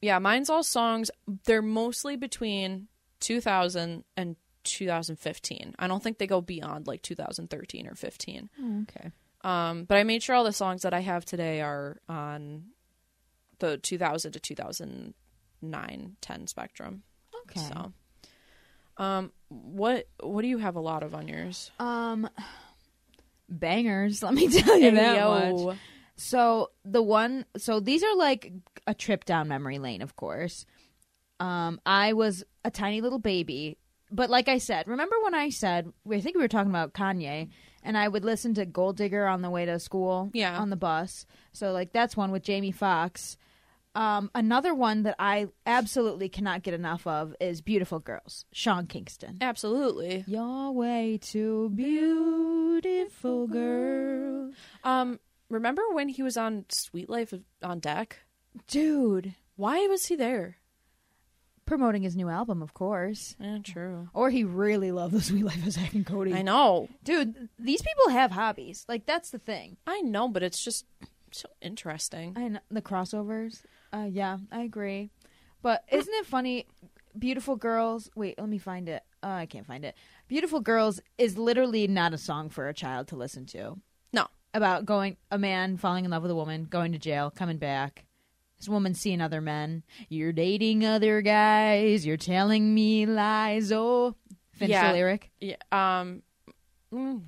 Speaker 1: yeah, mine's all songs. They're mostly between 2000 and 2015. I don't think they go beyond like 2013 or 15.
Speaker 2: Oh, okay.
Speaker 1: Um, but I made sure all the songs that I have today are on the 2000 to 2009 10 spectrum.
Speaker 2: Okay.
Speaker 1: So, um, what what do you have a lot of on yours?
Speaker 2: Um, <sighs> bangers, <laughs> let me tell you that
Speaker 1: Ayo.
Speaker 2: much. So the one, so these are like a trip down memory lane, of course. Um, I was a tiny little baby, but like I said, remember when I said I think we were talking about Kanye, and I would listen to Gold Digger on the way to school,
Speaker 1: Yeah.
Speaker 2: on the bus. So like that's one with Jamie Foxx. Um, another one that I absolutely cannot get enough of is "Beautiful Girls," Sean Kingston.
Speaker 1: Absolutely.
Speaker 2: You're way too beautiful, girl,
Speaker 1: Um, remember when he was on Sweet Life on deck?
Speaker 2: dude.
Speaker 1: Why was he there?
Speaker 2: promoting his new album, of course.
Speaker 1: Yeah, true.
Speaker 2: Or he really loved the sweet life of Zack and Cody.
Speaker 1: I know.
Speaker 2: Dude, these people have hobbies. Like that's the thing.
Speaker 1: I know, but it's just so interesting.
Speaker 2: I know, the crossovers. Uh, yeah, I agree. But isn't it funny? Beautiful girls. Wait, let me find it. Uh, I can't find it. Beautiful girls is literally not a song for a child to listen to.
Speaker 1: No.
Speaker 2: About going a man falling in love with a woman, going to jail, coming back. This woman seeing other men. You're dating other guys. You're telling me lies. Oh, finish
Speaker 1: Yeah.
Speaker 2: the lyric.
Speaker 1: Yeah. Um. <laughs>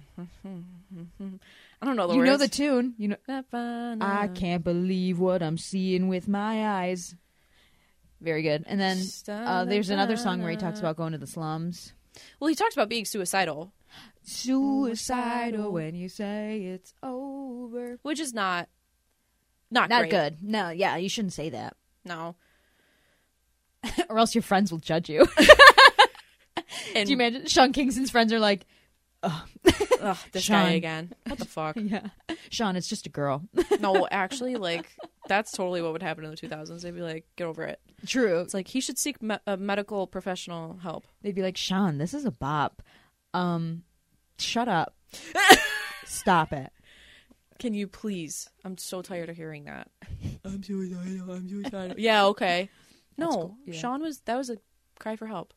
Speaker 1: I don't know the
Speaker 2: you
Speaker 1: words.
Speaker 2: know the Mm. tune. You know. I
Speaker 1: I
Speaker 2: can't believe what I'm seeing with my eyes. Very good. And then uh, there's another song where he talks about going to the slums.
Speaker 1: Well, he talked about being suicidal,
Speaker 2: Suicidal when you say it's over.
Speaker 1: which is not not
Speaker 2: Not
Speaker 1: great.
Speaker 2: good. No, yeah, you shouldn't say <laughs> that,
Speaker 1: No.
Speaker 2: or else your friends will judge you. <laughs>
Speaker 1: And
Speaker 2: Do you imagine Sean Kingston's friends are like,
Speaker 1: ugh, this guy
Speaker 2: Sean.
Speaker 1: again. What the fuck?
Speaker 2: "Yeah, Sean, it's just a girl."
Speaker 1: no, actually, like that's totally what would happen in the 2000s. They'd be like, "Get over it."
Speaker 2: <laughs> True.
Speaker 1: It's like he should seek me- uh, medical professional help.
Speaker 2: They'd be like, "Sean, this is a bop. Um, shut <laughs> up. Stop it."
Speaker 1: Can you please? I'm so tired of hearing that. I'm suicidal. I'm suicidal. <laughs> yeah. Okay. No,
Speaker 2: cool. Yeah.
Speaker 1: Sean was that was a cry for help.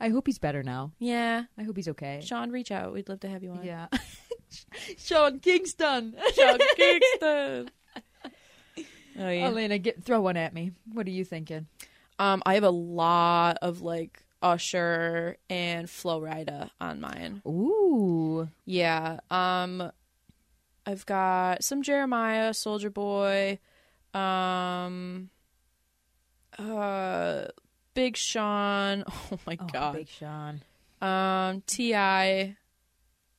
Speaker 2: I hope he's better now.
Speaker 1: Yeah,
Speaker 2: I hope he's okay.
Speaker 1: Sean, reach out. We'd love to have you on.
Speaker 2: Yeah. <laughs> Sean Kingston.
Speaker 1: Sean Kingston. <laughs> Oh yeah.
Speaker 2: <laughs> Elena, get throw one at me. What are you thinking?
Speaker 1: Um, I have a lot of like Usher and Flo Rida on mine.
Speaker 2: Ooh.
Speaker 1: Yeah. Um, I've got some Jeremiah, Soldier Boy, um, uh, Big Sean. <laughs> Oh my
Speaker 2: Oh,
Speaker 1: god.
Speaker 2: Big Sean.
Speaker 1: Um, Ti.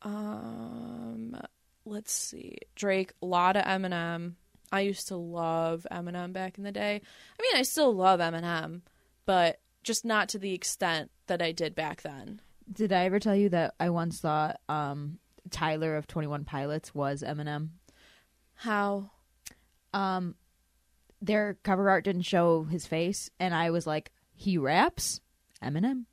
Speaker 1: Um, let's see. Drake, a lot of Eminem. I used to love Eminem back in the day. I mean, I still love Eminem, but just not to the extent that I did back then.
Speaker 2: Did I ever tell you that I once thought um, Tyler of Twenty One Pilots was Eminem?
Speaker 1: How?
Speaker 2: Um, their cover art didn't show his face, and I was like, he raps Eminem.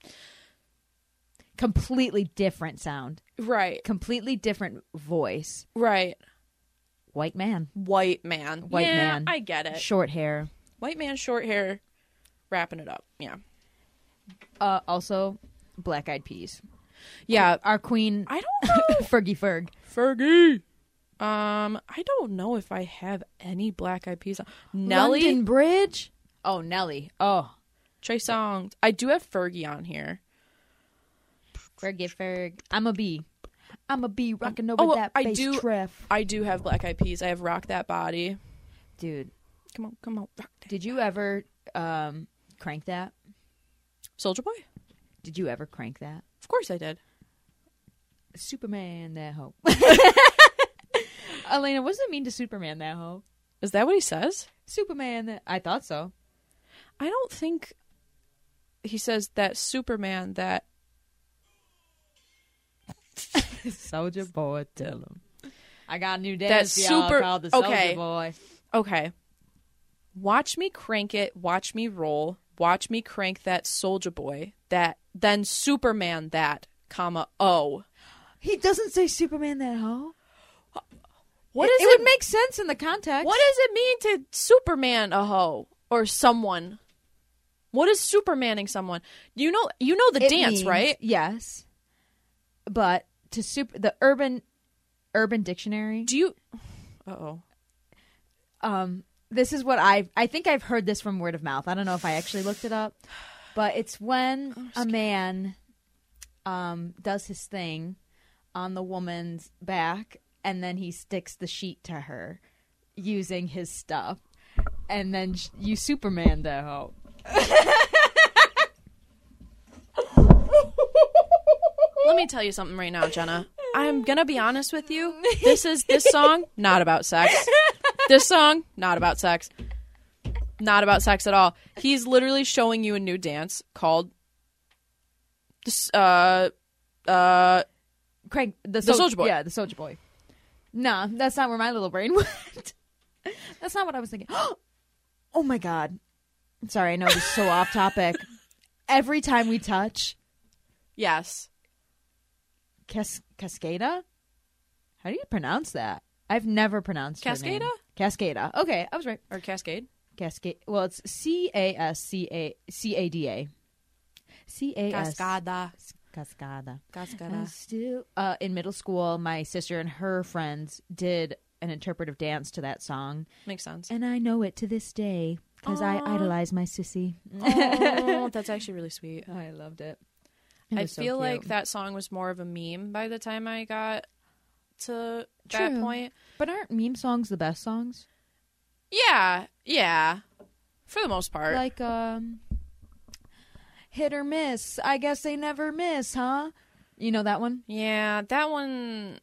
Speaker 2: Completely different sound,
Speaker 1: Right,
Speaker 2: completely different voice.
Speaker 1: right.
Speaker 2: White man,
Speaker 1: White man.
Speaker 2: White
Speaker 1: Yeah,
Speaker 2: man.
Speaker 1: I get it.
Speaker 2: short hair.
Speaker 1: White man, short hair, wrapping it up. Yeah.
Speaker 2: Uh, also, black eyed peas.
Speaker 1: Yeah.
Speaker 2: Our queen, <laughs>
Speaker 1: I don't know.
Speaker 2: Fergie Ferg.
Speaker 1: <laughs> Fergie. Um, I don't know if I have any Black Eyed Peas. Nelly.
Speaker 2: London Bridge. Oh, Nelly. Oh,
Speaker 1: Trey Songz. I do have Fergie on here.
Speaker 2: Fergie Ferg. I'm a bee. I'm a bee rocking over
Speaker 1: oh,
Speaker 2: that
Speaker 1: I
Speaker 2: bass
Speaker 1: do-
Speaker 2: triff.
Speaker 1: I do have Black Eyed Peas. I have Rock That Body.
Speaker 2: Dude,
Speaker 1: Come on, come on, rock that.
Speaker 2: did you ever um, crank that?
Speaker 1: Soldier Boy.
Speaker 2: Did you ever crank that?
Speaker 1: Of course I did.
Speaker 2: Superman
Speaker 1: <laughs>
Speaker 2: that hoe. <laughs> Elena, what does it mean to Superman that hoe?
Speaker 1: Is that what he says?
Speaker 2: Superman that I thought so. <laughs>
Speaker 1: I don't think he says that Superman that
Speaker 2: Soldier boy, tell him. I got a new
Speaker 1: That's
Speaker 2: dance y'all
Speaker 1: super-
Speaker 2: called the Soldier
Speaker 1: okay.
Speaker 2: Boy.
Speaker 1: okay. Watch me crank it, watch me roll, watch me crank that soldier boy, that then Superman that, comma oh.
Speaker 2: He doesn't say Superman that hoe.
Speaker 1: What
Speaker 2: it,
Speaker 1: does
Speaker 2: it
Speaker 1: it,
Speaker 2: would make sense in the context.
Speaker 1: what does it mean to Superman a hoe or someone? What is Supermaning someone? You know you know the
Speaker 2: It
Speaker 1: dance,
Speaker 2: means-
Speaker 1: right?
Speaker 2: Yes. But to super the urban urban dictionary
Speaker 1: Do you uh oh.
Speaker 2: um this is what I I think I've heard this from word of mouth. I don't know if I actually looked it up, but it's when a man um does his thing on the woman's back and then he sticks the sheet to her using his stuff. And then sh- you Superman the <laughs> hoe.
Speaker 1: Let me tell you something right now, Jenna. I'm gonna be honest with you. This is this song not about sex. This song not about sex. Not about sex at all. He's literally showing you a new dance called this uh uh
Speaker 2: Craig, the,
Speaker 1: The
Speaker 2: Sol-
Speaker 1: Soulja Boy.
Speaker 2: Yeah, the Soldier Boy. Nah, that's not where my little brain <laughs> went. that's not what I was thinking. <gasps> oh my god! Sorry, I know this is so
Speaker 1: <laughs>
Speaker 2: off topic. Every time we touch
Speaker 1: yes.
Speaker 2: Cas- Cascada, how do you pronounce that? I've never pronounced her name.
Speaker 1: Cascada?
Speaker 2: Cascada. Okay, I was right.
Speaker 1: Or Cascade.
Speaker 2: Cascade. Well, it's C A S C A C A D A. C A S
Speaker 1: Cascada.
Speaker 2: Cascada. I
Speaker 1: Cascada.
Speaker 2: still, uh, in middle school, my sister and her friends did an interpretive dance to that song,
Speaker 1: Makes sense.
Speaker 2: and I know it to this day because I idolize my sissy. <laughs>
Speaker 1: Oh, that's actually really sweet.
Speaker 2: I loved it.
Speaker 1: I feel like that song was more of a meme by the time I got to that
Speaker 2: True.
Speaker 1: point.
Speaker 2: But aren't meme songs the best songs?
Speaker 1: Yeah, yeah. For the most part.
Speaker 2: Like, um, hit or miss. I guess they never miss, huh? You know that one?
Speaker 1: yeah, that one.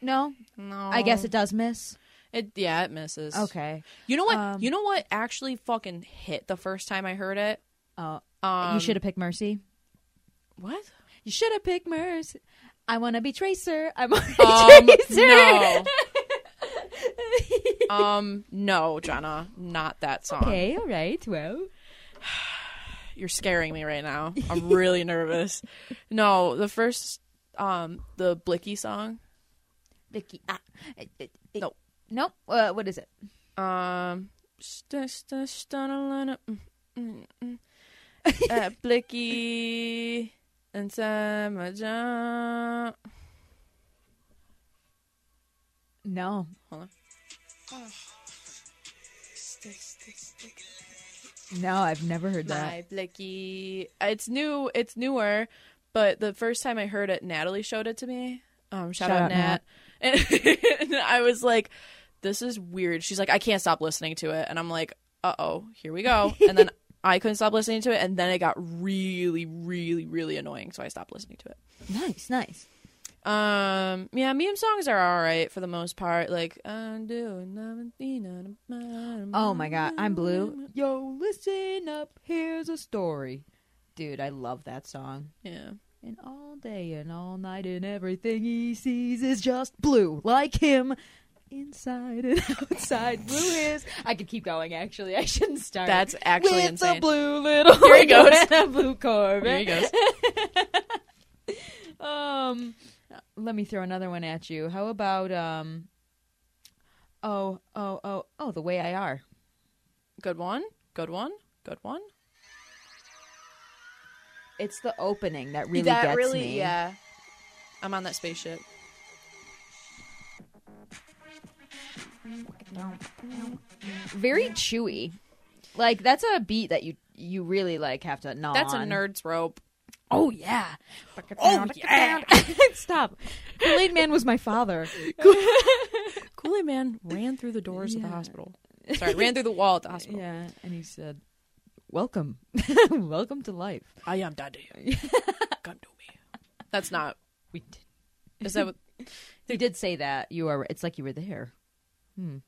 Speaker 2: No,
Speaker 1: No,
Speaker 2: I guess it does miss.
Speaker 1: It yeah, it misses.
Speaker 2: Okay.
Speaker 1: You know what?
Speaker 2: Um,
Speaker 1: you know what actually fucking hit the first time I heard it.
Speaker 2: Oh,
Speaker 1: Um,
Speaker 2: you should have picked Mercy.
Speaker 1: What?
Speaker 2: <laughs> You should have picked Mercy. I want to be Tracer. I'm already
Speaker 1: Um,
Speaker 2: <laughs> Tracer.
Speaker 1: no. um, no, Jenna, not that song.
Speaker 2: Okay, all right. Well,
Speaker 1: You're scaring me right now. I'm really nervous. No, the first, um, the Blicky song.
Speaker 2: Vicky. Ah, it- it- it-
Speaker 1: No.
Speaker 2: Nope. Uh, what is it?
Speaker 1: Um, st- st- stunna- mm, mm, mm. Uh, Blicky inside my jump.
Speaker 2: No.
Speaker 1: Hold on.
Speaker 2: No, I've never heard that.
Speaker 1: My Blicky. It's new. It's newer, but the first time I heard it, Natalie showed it to me, um, shout, out, Nat. <laughs> And, and I was like, this is weird. She's like, I can't stop listening to it. And I'm like, uh oh, here we go. And
Speaker 2: <laughs>
Speaker 1: then I couldn't stop listening to it. And then it got really, really, really annoying. So I stopped listening to it.
Speaker 2: Nice, nice.
Speaker 1: Um, yeah, meme songs are all right for the most part. Like, I'm doing,
Speaker 2: Oh my god, I'm blue. Yo, listen up. Here's a story. Dude, I love that song.
Speaker 1: Yeah.
Speaker 2: And all day and all night and everything he sees is just blue, like him. Inside and <laughs> outside, blue is. I could keep going. Actually, I shouldn't start.
Speaker 1: That's actually
Speaker 2: With
Speaker 1: insane.
Speaker 2: a blue little.
Speaker 1: Here he goes.
Speaker 2: <laughs> and a blue
Speaker 1: Here he
Speaker 2: Corvette. <laughs>
Speaker 1: goes.
Speaker 2: Um, let me throw another one at you. How about um? Oh, oh, oh, oh! The way I are.
Speaker 1: Good one. Good one. Good one.
Speaker 2: It's the opening that really
Speaker 1: that
Speaker 2: gets
Speaker 1: really,
Speaker 2: me.
Speaker 1: yeah. I'm on that spaceship.
Speaker 2: Very chewy. Like that's a beat that you you really like have to gnaw.
Speaker 1: That's a
Speaker 2: on.
Speaker 1: nerd's rope.
Speaker 2: Oh yeah. Oh yeah. <laughs> Stop. Kool Aid Man was my father.
Speaker 1: <laughs> Kool Aid Man ran through the doors of the
Speaker 2: Yeah.
Speaker 1: hospital. Sorry, ran through the wall at the hospital.
Speaker 2: Yeah, and he said, "Welcome, <laughs> welcome to life."
Speaker 1: I am <laughs> daddy. Come to me. That's not.
Speaker 2: We did.
Speaker 1: Is
Speaker 2: <laughs>
Speaker 1: that what?
Speaker 2: Hmm. He did say that you are. It's like you were there. Hmm.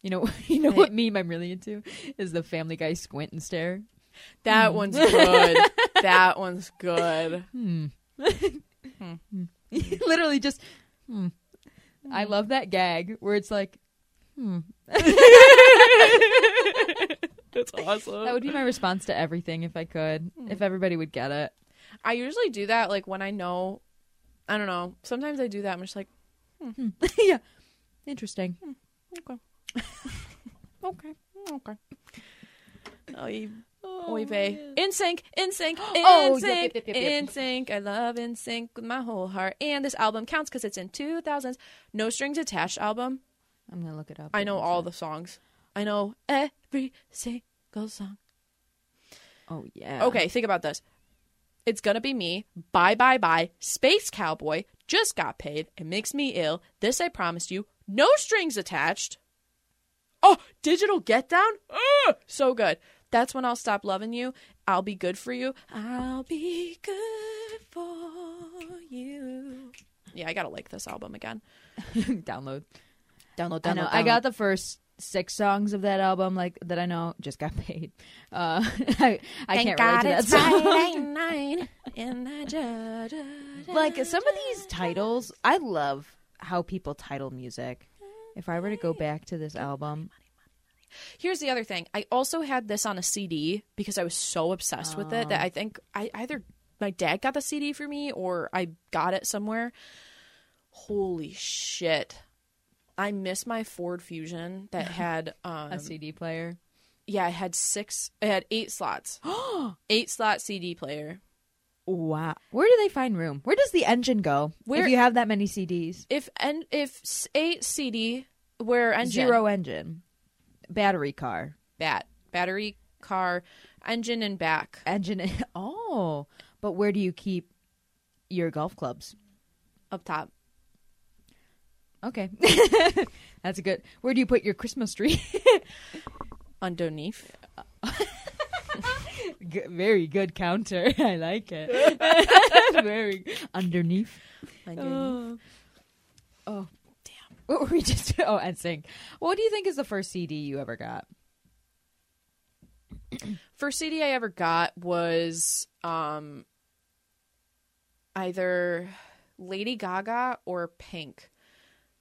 Speaker 2: You know, <laughs> you know what meme I'm really into is the Family Guy squint and stare.
Speaker 1: That one's good. that one's good.
Speaker 2: Hmm.
Speaker 1: Hmm.
Speaker 2: <laughs> Literally just. Hmm. I love that gag where it's like, hmm.
Speaker 1: That's awesome.
Speaker 2: That would be
Speaker 1: <clears throat>
Speaker 2: my response to everything if I could,
Speaker 1: Hmm.
Speaker 2: if everybody would get it. <laughs>
Speaker 1: I usually do that like when I know. I don't know. Sometimes I do that. I'm just like,
Speaker 2: yeah, interesting.
Speaker 1: Hmm. okay,
Speaker 2: Okay.
Speaker 1: okay. Oh, you Oy vey. In sync, in sync,
Speaker 2: <gasps> Oh,
Speaker 1: in
Speaker 2: yep,
Speaker 1: sync,
Speaker 2: yep, yep, yep, yep.
Speaker 1: in sync. I love in sync with my whole heart. And this album counts because it's in 2000s. No Strings Attached album.
Speaker 2: I'm gonna look it up.
Speaker 1: I know all the songs. I know every single song.
Speaker 2: Oh yeah.
Speaker 1: Okay, think about this. It's gonna be me. Bye bye bye. Space cowboy. Just got paid. It makes me ill. This I promised you. No strings attached. Oh, digital get down. Ugh, so good. That's when I'll stop loving you. I'll be good for you. I'll be good for you. Yeah, I gotta like this album again.
Speaker 2: <laughs> Download.
Speaker 1: Download,
Speaker 2: I know. I got the first six songs of that album, like that I know. Just got <laughs> paid. Uh, <laughs> I, I can't relate to that song. <laughs>
Speaker 1: night, and I just,
Speaker 2: like some of these titles, I love how people title music. If I were to go back to this album,
Speaker 1: Here's the other thing. I also had this on a CD because I was so obsessed with it that I think I either my dad got the CD for me or I got it somewhere. Holy shit. I miss my Ford Fusion that had
Speaker 2: a
Speaker 1: um
Speaker 2: CD player. <gasps>
Speaker 1: yeah, it had six it had eight slots. eight slot CD player.
Speaker 2: Wow, where do they find room? Where does the engine go?
Speaker 1: Where-
Speaker 2: if you have that many CDs,
Speaker 1: If and if s- eight CD where engine
Speaker 2: zero engine, battery car,
Speaker 1: bat battery car engine and back.
Speaker 2: engine. <laughs> Oh, but where do you keep your golf clubs?
Speaker 1: up top.
Speaker 2: Okay, <laughs> that's a good. Where do you put your Christmas tree? <laughs>
Speaker 1: Underneath.
Speaker 2: G- very good counter. <laughs> I like it. <laughs> very underneath. <laughs>
Speaker 1: Underneath.
Speaker 2: Oh, damn. What were we just? <laughs> Oh, and sync. What do you think is the first CD you ever got?
Speaker 1: First CD I ever got was um either Lady Gaga or Pink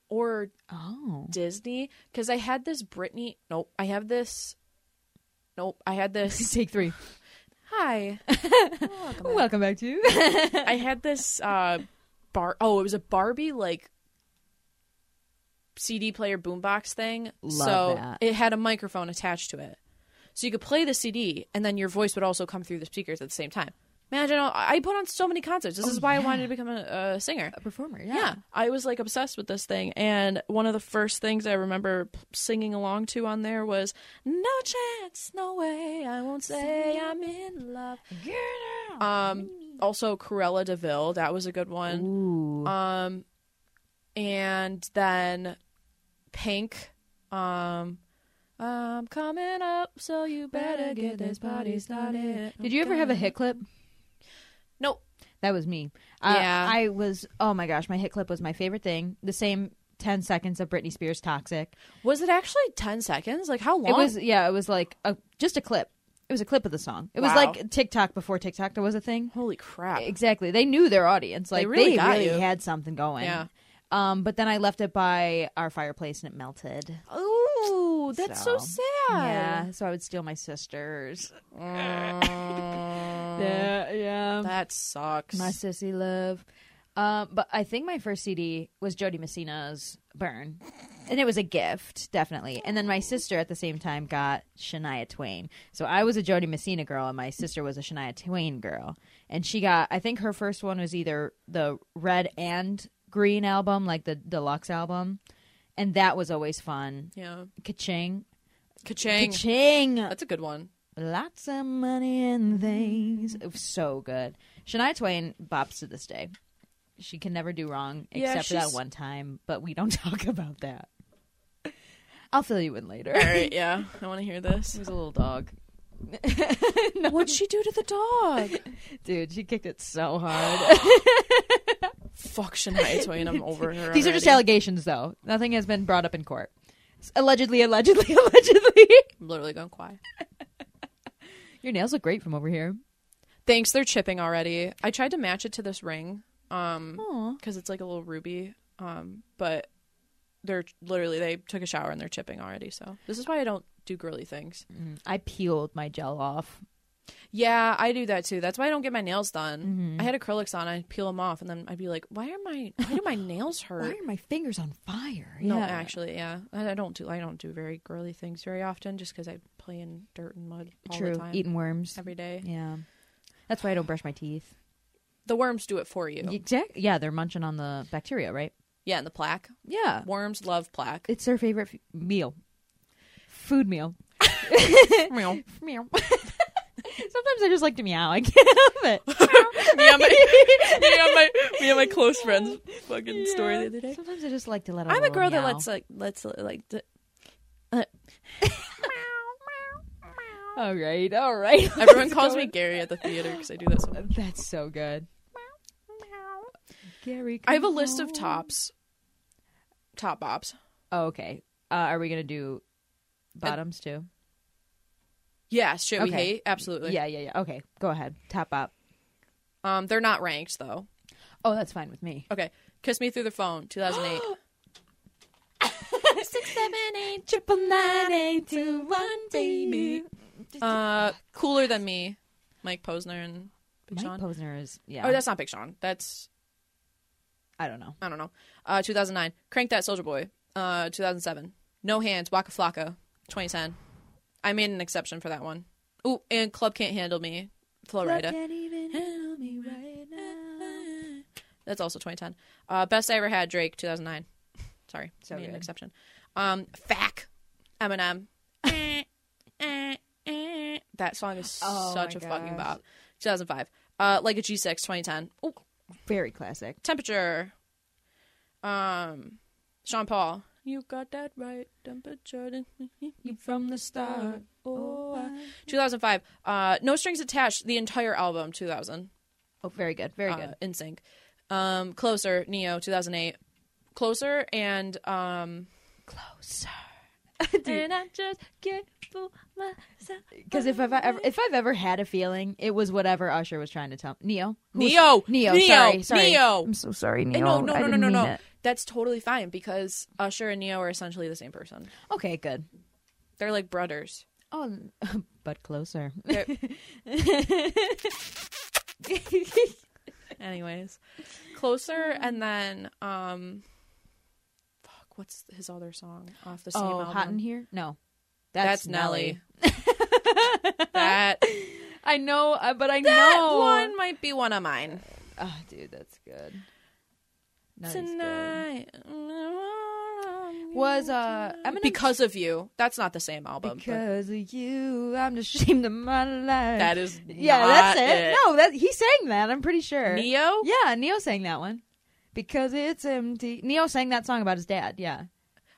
Speaker 1: or
Speaker 2: Oh,
Speaker 1: Disney cuz I had this Britney nope I have this nope I had
Speaker 2: <laughs>
Speaker 1: this
Speaker 2: <laughs> take three.
Speaker 1: hi
Speaker 2: Welcome back to
Speaker 1: I had this uh bar oh it was a Barbie like CD player boombox thing so
Speaker 2: Love that.
Speaker 1: it had a microphone attached to it so you could play the CD and then your voice would also come through the speakers at the same time imagine all, I put on so many concerts
Speaker 2: Oh,
Speaker 1: this is why I wanted to become a, a singer
Speaker 2: <laughs> a performer.
Speaker 1: yeah. I was like obsessed with this thing and one of the first things I remember p- singing along to on there was no chance no way I won't say I'm in love
Speaker 2: Get out.
Speaker 1: um, also Corella Deville. That was a good one.
Speaker 2: Ooh.
Speaker 1: Um, and then Pink. Um, I'm coming up, so you better get this party started.
Speaker 2: Did you ever have a hit clip?
Speaker 1: Nope.
Speaker 2: That was me. Uh,
Speaker 1: Yeah.
Speaker 2: I was, oh my gosh, my hit clip was my favorite thing. The same 10 seconds of Britney Spears Toxic.
Speaker 1: Was it actually ten seconds? Like how long?
Speaker 2: It was, yeah, it was like a, just a clip. It was a clip of the song. It was
Speaker 1: Wow.
Speaker 2: like TikTok before TikTok was a thing.
Speaker 1: Holy crap!
Speaker 2: Exactly. They knew their audience. Like, they
Speaker 1: really
Speaker 2: really,
Speaker 1: got you.
Speaker 2: had something going.
Speaker 1: Yeah.
Speaker 2: Um, but then I left it by our fireplace and it melted.
Speaker 1: Ooh, that's so,
Speaker 2: So,
Speaker 1: sad.
Speaker 2: Yeah. So I would steal my sister's.
Speaker 1: Mm,
Speaker 2: Yeah, yeah.
Speaker 1: <laughs> that sucks.
Speaker 2: My sissy love. Um, but I think my first CD was Jody Messina's Burn. And it was a gift, definitely. And then my sister at the same time got Shania Twain. So I was a Jody Messina girl and my sister was a Shania Twain girl. And she got I think her first one was either the red and green album, like the deluxe album. And that was always fun.
Speaker 1: yeah,
Speaker 2: Ka-ching.
Speaker 1: ka-ching.
Speaker 2: Ka-ching
Speaker 1: That's a good one.
Speaker 2: lots of money and things. It was so good. Shania Twain bops to this day. She can never do wrong
Speaker 1: Yeah,
Speaker 2: except for that
Speaker 1: she's-
Speaker 2: one time, but we don't <laughs> talk about that. I'll fill you in later.
Speaker 1: <laughs>
Speaker 2: <laughs>
Speaker 1: All right, yeah, I want to hear this. <laughs>
Speaker 2: She was a little dog.
Speaker 1: What'd she do to the dog? <laughs>
Speaker 2: Dude, she kicked it <gasps> so hard.
Speaker 1: Fuck Shania Twain. I'm over her.
Speaker 2: These are just
Speaker 1: already.
Speaker 2: allegations, though. Nothing has been brought up in court. It's Allegedly, allegedly, <laughs> allegedly.
Speaker 1: I'm literally going quiet.
Speaker 2: Your nails look great from over here.
Speaker 1: Thanks, they're chipping already. I tried to match it to this ring, um,
Speaker 2: Aw.
Speaker 1: because it's like a little ruby, um, but they're literally they took a shower and they're chipping already. So this is why I don't do girly things.
Speaker 2: Mm, I peeled my gel off.
Speaker 1: Yeah, I do that too. That's why I don't get my nails done.
Speaker 2: Mm-hmm.
Speaker 1: I had acrylics on. I'd peel them off, and then I'd be like, "Why are my why do my nails
Speaker 2: <laughs> Why
Speaker 1: hurt?"
Speaker 2: are my fingers on fire?
Speaker 1: No,
Speaker 2: Yeah.
Speaker 1: actually, yeah, I I don't do I don't do very girly things very often, just because I play in dirt and mud all
Speaker 2: True.
Speaker 1: the time,
Speaker 2: Eating worms.
Speaker 1: every day.
Speaker 2: Yeah. That's why I don't brush my teeth.
Speaker 1: The worms do it for you.
Speaker 2: Exactly. Yeah, they're munching on the bacteria, right?
Speaker 1: Yeah, and the plaque.
Speaker 2: Yeah.
Speaker 1: Worms love plaque.
Speaker 2: It's their favorite f- meal. Food meal.
Speaker 1: <laughs> Meow.
Speaker 2: Meow. <laughs> Sometimes I just like to meow. I can't help
Speaker 1: <laughs>
Speaker 2: it.
Speaker 1: me and my me and my me and my close friends fucking story the other day.
Speaker 2: <laughs> Sometimes I just like to let out
Speaker 1: I'm a
Speaker 2: little
Speaker 1: girl that
Speaker 2: Oh, meow.
Speaker 1: lets like lets like d- <laughs>
Speaker 2: All right, all
Speaker 1: <laughs>
Speaker 2: right.
Speaker 1: everyone
Speaker 2: Let's
Speaker 1: calls
Speaker 2: go
Speaker 1: me Gary at the theater because I do that so much.
Speaker 2: in. <laughs> That's so good. Gary,
Speaker 1: I have a
Speaker 2: come
Speaker 1: list of
Speaker 2: home.
Speaker 1: tops, top bobs.
Speaker 2: Oh, okay. Uh, are we gonna do bottoms too?
Speaker 1: Yeah, shit we
Speaker 2: Okay.
Speaker 1: hate absolutely.
Speaker 2: Yeah, yeah, yeah. Okay, go ahead. Top up.
Speaker 1: Um, they're not ranked though.
Speaker 2: Oh, that's fine with me.
Speaker 1: Okay, kiss me through the phone,
Speaker 2: <gasps>
Speaker 1: 2008.
Speaker 2: Six, seven, eight, triple nine, eight, two, one, baby.
Speaker 1: uh, cooler than me, Mike Posner and Big Sean.
Speaker 2: Mike Posner is yeah.
Speaker 1: oh, that's not Big Sean. That's
Speaker 2: I don't know.
Speaker 1: I don't know. Uh, 2009, Crank That Soldier Boy. Uh, 2007, No Hands, Waka Flocka. 2010, I made an exception for that one. Ooh, and Club Can't Handle Me, Flo Rida.
Speaker 2: Can't even handle me right now.
Speaker 1: That's also 2010. Uh, Best I Ever Had, Drake, 2009. <laughs> Sorry,
Speaker 2: So
Speaker 1: made an
Speaker 2: good.
Speaker 1: exception. Um, Fack, Eminem. Eh, eh, eh. that song is
Speaker 2: Oh
Speaker 1: such
Speaker 2: my
Speaker 1: a fucking
Speaker 2: gosh.
Speaker 1: bop. 2005. Uh, like a G6, 2010. Ooh,
Speaker 2: Very classic.
Speaker 1: temperature. Um, Sean Paul. You got that right, temperature. <laughs>
Speaker 2: You from the start.
Speaker 1: Oh, I- 2005. Uh, no strings attached. The entire album. 2000.
Speaker 2: Oh, very good. Very
Speaker 1: uh,
Speaker 2: good.
Speaker 1: In sync. Um, closer. Neo. 2008. Closer and um.
Speaker 2: Closer. And I just get Because if I've ever if I've ever had a fealing, it was whatever Usher was trying to tell Neo. Who was-
Speaker 1: Neo.
Speaker 2: Neo.
Speaker 1: Neo.
Speaker 2: Sorry. Sorry.
Speaker 1: Neo.
Speaker 2: I'm so sorry,
Speaker 1: eh,
Speaker 2: Neo.
Speaker 1: No, no,
Speaker 2: I
Speaker 1: no, no,
Speaker 2: didn't
Speaker 1: no,
Speaker 2: mean
Speaker 1: no.
Speaker 2: it.
Speaker 1: That's totally fine because Usher and Neo are essentially the same person.
Speaker 2: Okay, good.
Speaker 1: They're like brothers.
Speaker 2: Oh, <laughs> but closer.
Speaker 1: They're- Anyways, closer and then um, fuck, what's his other song off the same
Speaker 2: oh,
Speaker 1: album?
Speaker 2: hot in here? No,
Speaker 1: That's, Nelly.
Speaker 2: <laughs>
Speaker 1: that
Speaker 2: I know, uh, but I
Speaker 1: that
Speaker 2: know
Speaker 1: one might be one of mine. Ah,
Speaker 2: Oh, dude, that's good. That is good.
Speaker 1: Tonight.
Speaker 2: was uh Eminem
Speaker 1: because of you. That's not the same album. but
Speaker 2: because of you. I'm ashamed of my life.
Speaker 1: that is
Speaker 2: <laughs> yeah,
Speaker 1: not
Speaker 2: that's it. No, that he sang that. I'm pretty sure.
Speaker 1: Neo.
Speaker 2: Yeah, Neo sang that one because it's empty. Neo sang that song about his dad. Yeah,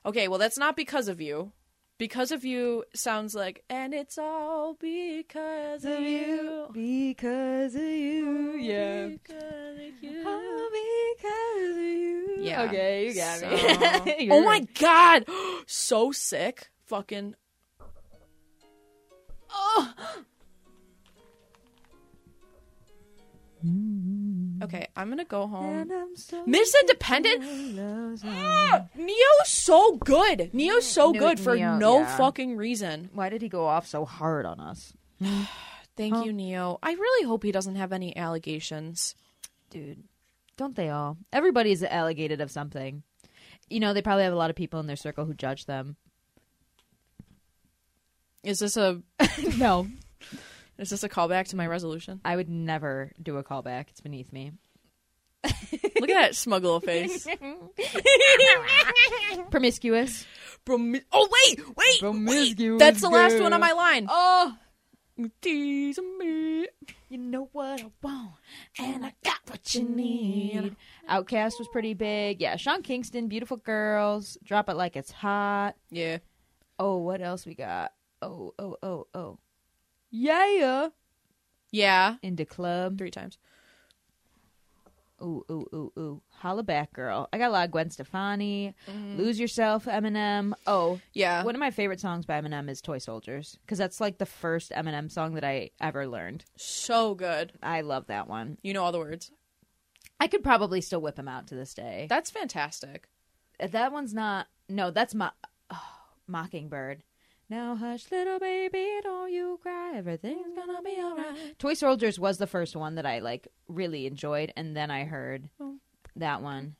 Speaker 1: Okay, well that's not because of you. Because of you sounds like and it's all because of you.
Speaker 2: because of you. Yeah.
Speaker 1: Because of you.
Speaker 2: Oh, because of you.
Speaker 1: Yeah.
Speaker 2: Okay, you got
Speaker 1: <laughs> So-
Speaker 2: <laughs> me.
Speaker 1: oh my god. <gasps> so sick. Fucking Oh. Okay, I'm going to go home. Miss Independent? <gasps> Ah, Neo's so good. Neo's so
Speaker 2: Neo-
Speaker 1: good for
Speaker 2: Neo,
Speaker 1: no
Speaker 2: yeah.
Speaker 1: fucking reason.
Speaker 2: Why did he go off so hard on us?
Speaker 1: Thank you, Neo. I really hope he doesn't have any allegations.
Speaker 2: Dude, don't they all? Everybody's allegated of something. You know, they probably have a lot of people in their circle who judge them.
Speaker 1: Is this a
Speaker 2: <laughs> no,
Speaker 1: is this a callback to my resolution?
Speaker 2: I would never do a callback. It's beneath me.
Speaker 1: Look at <laughs> that smuggle face.
Speaker 2: Promiscuous.
Speaker 1: Promi- oh wait, wait,
Speaker 2: Promiscuous
Speaker 1: wait. That's the last one
Speaker 2: girl.
Speaker 1: on my line.
Speaker 2: Oh,
Speaker 1: Tease me.
Speaker 2: you know what I want, and I got what you need. Outcast was pretty big. Yeah, Sean Kingston, beautiful girls. Drop it like it's hot.
Speaker 1: Yeah.
Speaker 2: Oh, what else we got? Oh, oh, oh, oh. Yeah.
Speaker 1: Yeah.
Speaker 2: Into club.
Speaker 1: Three times.
Speaker 2: Ooh, ooh, ooh, ooh. Holla back, girl. I got a lot of Gwen Stefani. Lose Yourself, Eminem. Oh,
Speaker 1: Yeah.
Speaker 2: one of my favorite songs by Eminem is Toy Soldiers because that's like the first Eminem song that I ever learned.
Speaker 1: So good.
Speaker 2: I love that one.
Speaker 1: You know all the words.
Speaker 2: I could probably still whip him out to this day.
Speaker 1: That's fantastic.
Speaker 2: That, that one's not. No, that's my Mockingbird. Now hush, little baby, don't you cry. Everything's gonna be alright. Toy Soldiers was the first one that I like really enjoyed, and then I heard that one.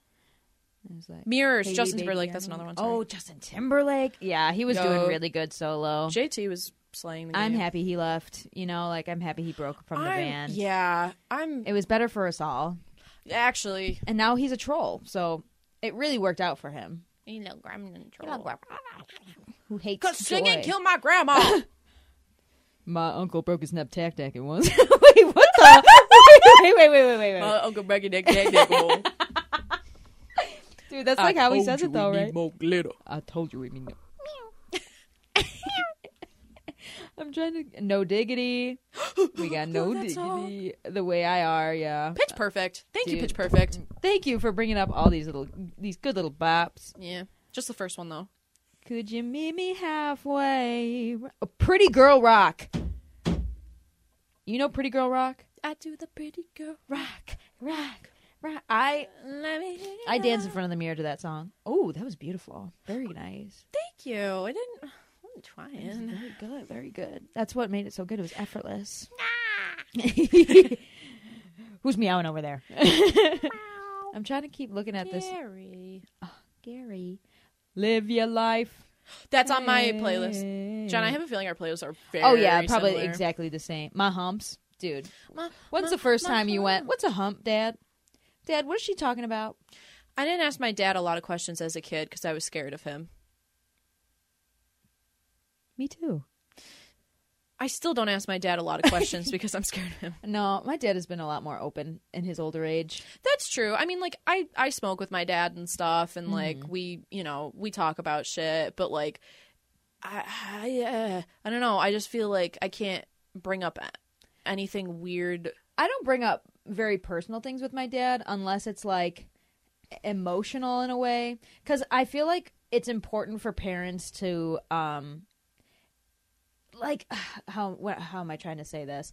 Speaker 2: It was like.
Speaker 1: Mirrors.
Speaker 2: Hey,
Speaker 1: Justin
Speaker 2: baby,
Speaker 1: Timberlake.
Speaker 2: I
Speaker 1: That's
Speaker 2: know-
Speaker 1: another one.
Speaker 2: Oh,
Speaker 1: Sorry.
Speaker 2: Justin Timberlake. Yeah, he was
Speaker 1: Yo.
Speaker 2: doing really good solo.
Speaker 1: JT was slaying the game.
Speaker 2: I'm happy he left. You know, like I'm happy he broke from the
Speaker 1: I'm-
Speaker 2: band.
Speaker 1: Yeah. I'm
Speaker 2: It was better for us all.
Speaker 1: actually.
Speaker 2: And now he's a troll, so it really worked out for him.
Speaker 1: You know,
Speaker 2: Who hates
Speaker 1: Cause singing
Speaker 2: joy.
Speaker 1: killed my
Speaker 2: <laughs>
Speaker 1: grandma.
Speaker 2: My uncle broke his nap tactic and once. <laughs> wait, what the? <laughs> wait, wait, wait, wait, wait, wait.
Speaker 1: my Uncle Becky Dick Dick Dick.
Speaker 2: <laughs>
Speaker 1: Hole.
Speaker 2: Dude, that's like how he says it though, right?
Speaker 3: More glitter.
Speaker 2: I told you we need. no- <laughs> I'm trying to no diggity. <gasps> We got no
Speaker 1: Love that song.
Speaker 2: diggity. The way I are, yeah.
Speaker 1: Pitch Perfect. Thank you,
Speaker 2: Dude.
Speaker 1: Pitch Perfect.
Speaker 2: Thank you for bringing up all these little, these good little bops.
Speaker 1: Yeah. Just the first one though.
Speaker 2: Could you meet me halfway? A pretty girl rock. You know Pretty Girl Rock?
Speaker 1: I do the pretty girl rock.
Speaker 2: Rock, rock. I
Speaker 1: Let me
Speaker 2: I danced in front of the mirror to that song. Oh, that was beautiful. Very nice.
Speaker 1: Thank you. I didn't. I wasn't trying.
Speaker 2: Very good. Very good. That's what made it so good. It was effortless. <laughs> Who's meowing
Speaker 1: <laughs>
Speaker 2: over there? I'm trying to keep looking at this. Gary, live your life.
Speaker 1: That's on my playlist. John, I have a feeling our playlists are very.
Speaker 2: Oh yeah, probably
Speaker 1: similar.
Speaker 2: exactly the same. My humps, dude.
Speaker 1: My-
Speaker 2: When's
Speaker 1: my-
Speaker 2: the first
Speaker 1: my
Speaker 2: time you went?
Speaker 1: hump.
Speaker 2: What's a hump, Dad? Dad, what is she talking about?
Speaker 1: I didn't ask my dad a lot of questions as a kid because I was scared of him.
Speaker 2: Me too.
Speaker 1: I still don't ask my dad a lot of
Speaker 2: <laughs>
Speaker 1: questions because I'm scared of him.
Speaker 2: No, my dad has been a lot more open in his older age.
Speaker 1: That's true. I mean, like I I smoke with my dad and stuff, and like
Speaker 2: Mm-hmm.
Speaker 1: we you know we talk about shit, but like I I, uh, I don't know. I just feel like I can't bring up anything weird.
Speaker 2: I don't bring up very personal things with my dad unless it's like emotional in a way cuz I feel like it's important for parents to um like <sighs> how what, how am I trying to say this?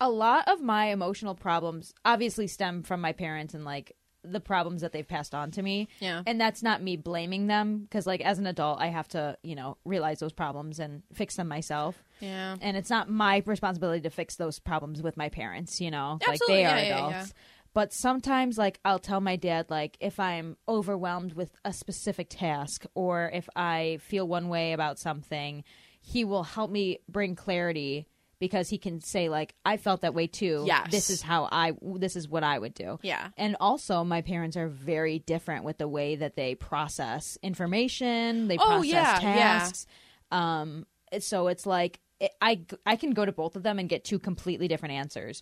Speaker 2: A lot of my emotional problems obviously stem from my parents and like the problems that they've passed on to me.
Speaker 1: Yeah.
Speaker 2: And that's not me blaming them cuz like as an adult I have to, you know, realize those problems and fix them myself
Speaker 1: Yeah.
Speaker 2: and it's not my responsibility to fix those problems with my parents you know
Speaker 1: Absolutely,
Speaker 2: like they are
Speaker 1: yeah, yeah,
Speaker 2: adults
Speaker 1: yeah.
Speaker 2: but sometimes like i'll tell my dad like if i'm overwhelmed with a specific task or if i feel one way about something he will help me bring clarity because he can say like I felt that way too.
Speaker 1: Yes.
Speaker 2: This is how I this is what I would do.
Speaker 1: Yeah.
Speaker 2: And also my parents are very different with the way that they process information, they
Speaker 1: Oh,
Speaker 2: process
Speaker 1: yeah, yeah.
Speaker 2: tasks. Um so it's like it, I I can go to both of them and get two completely different answers.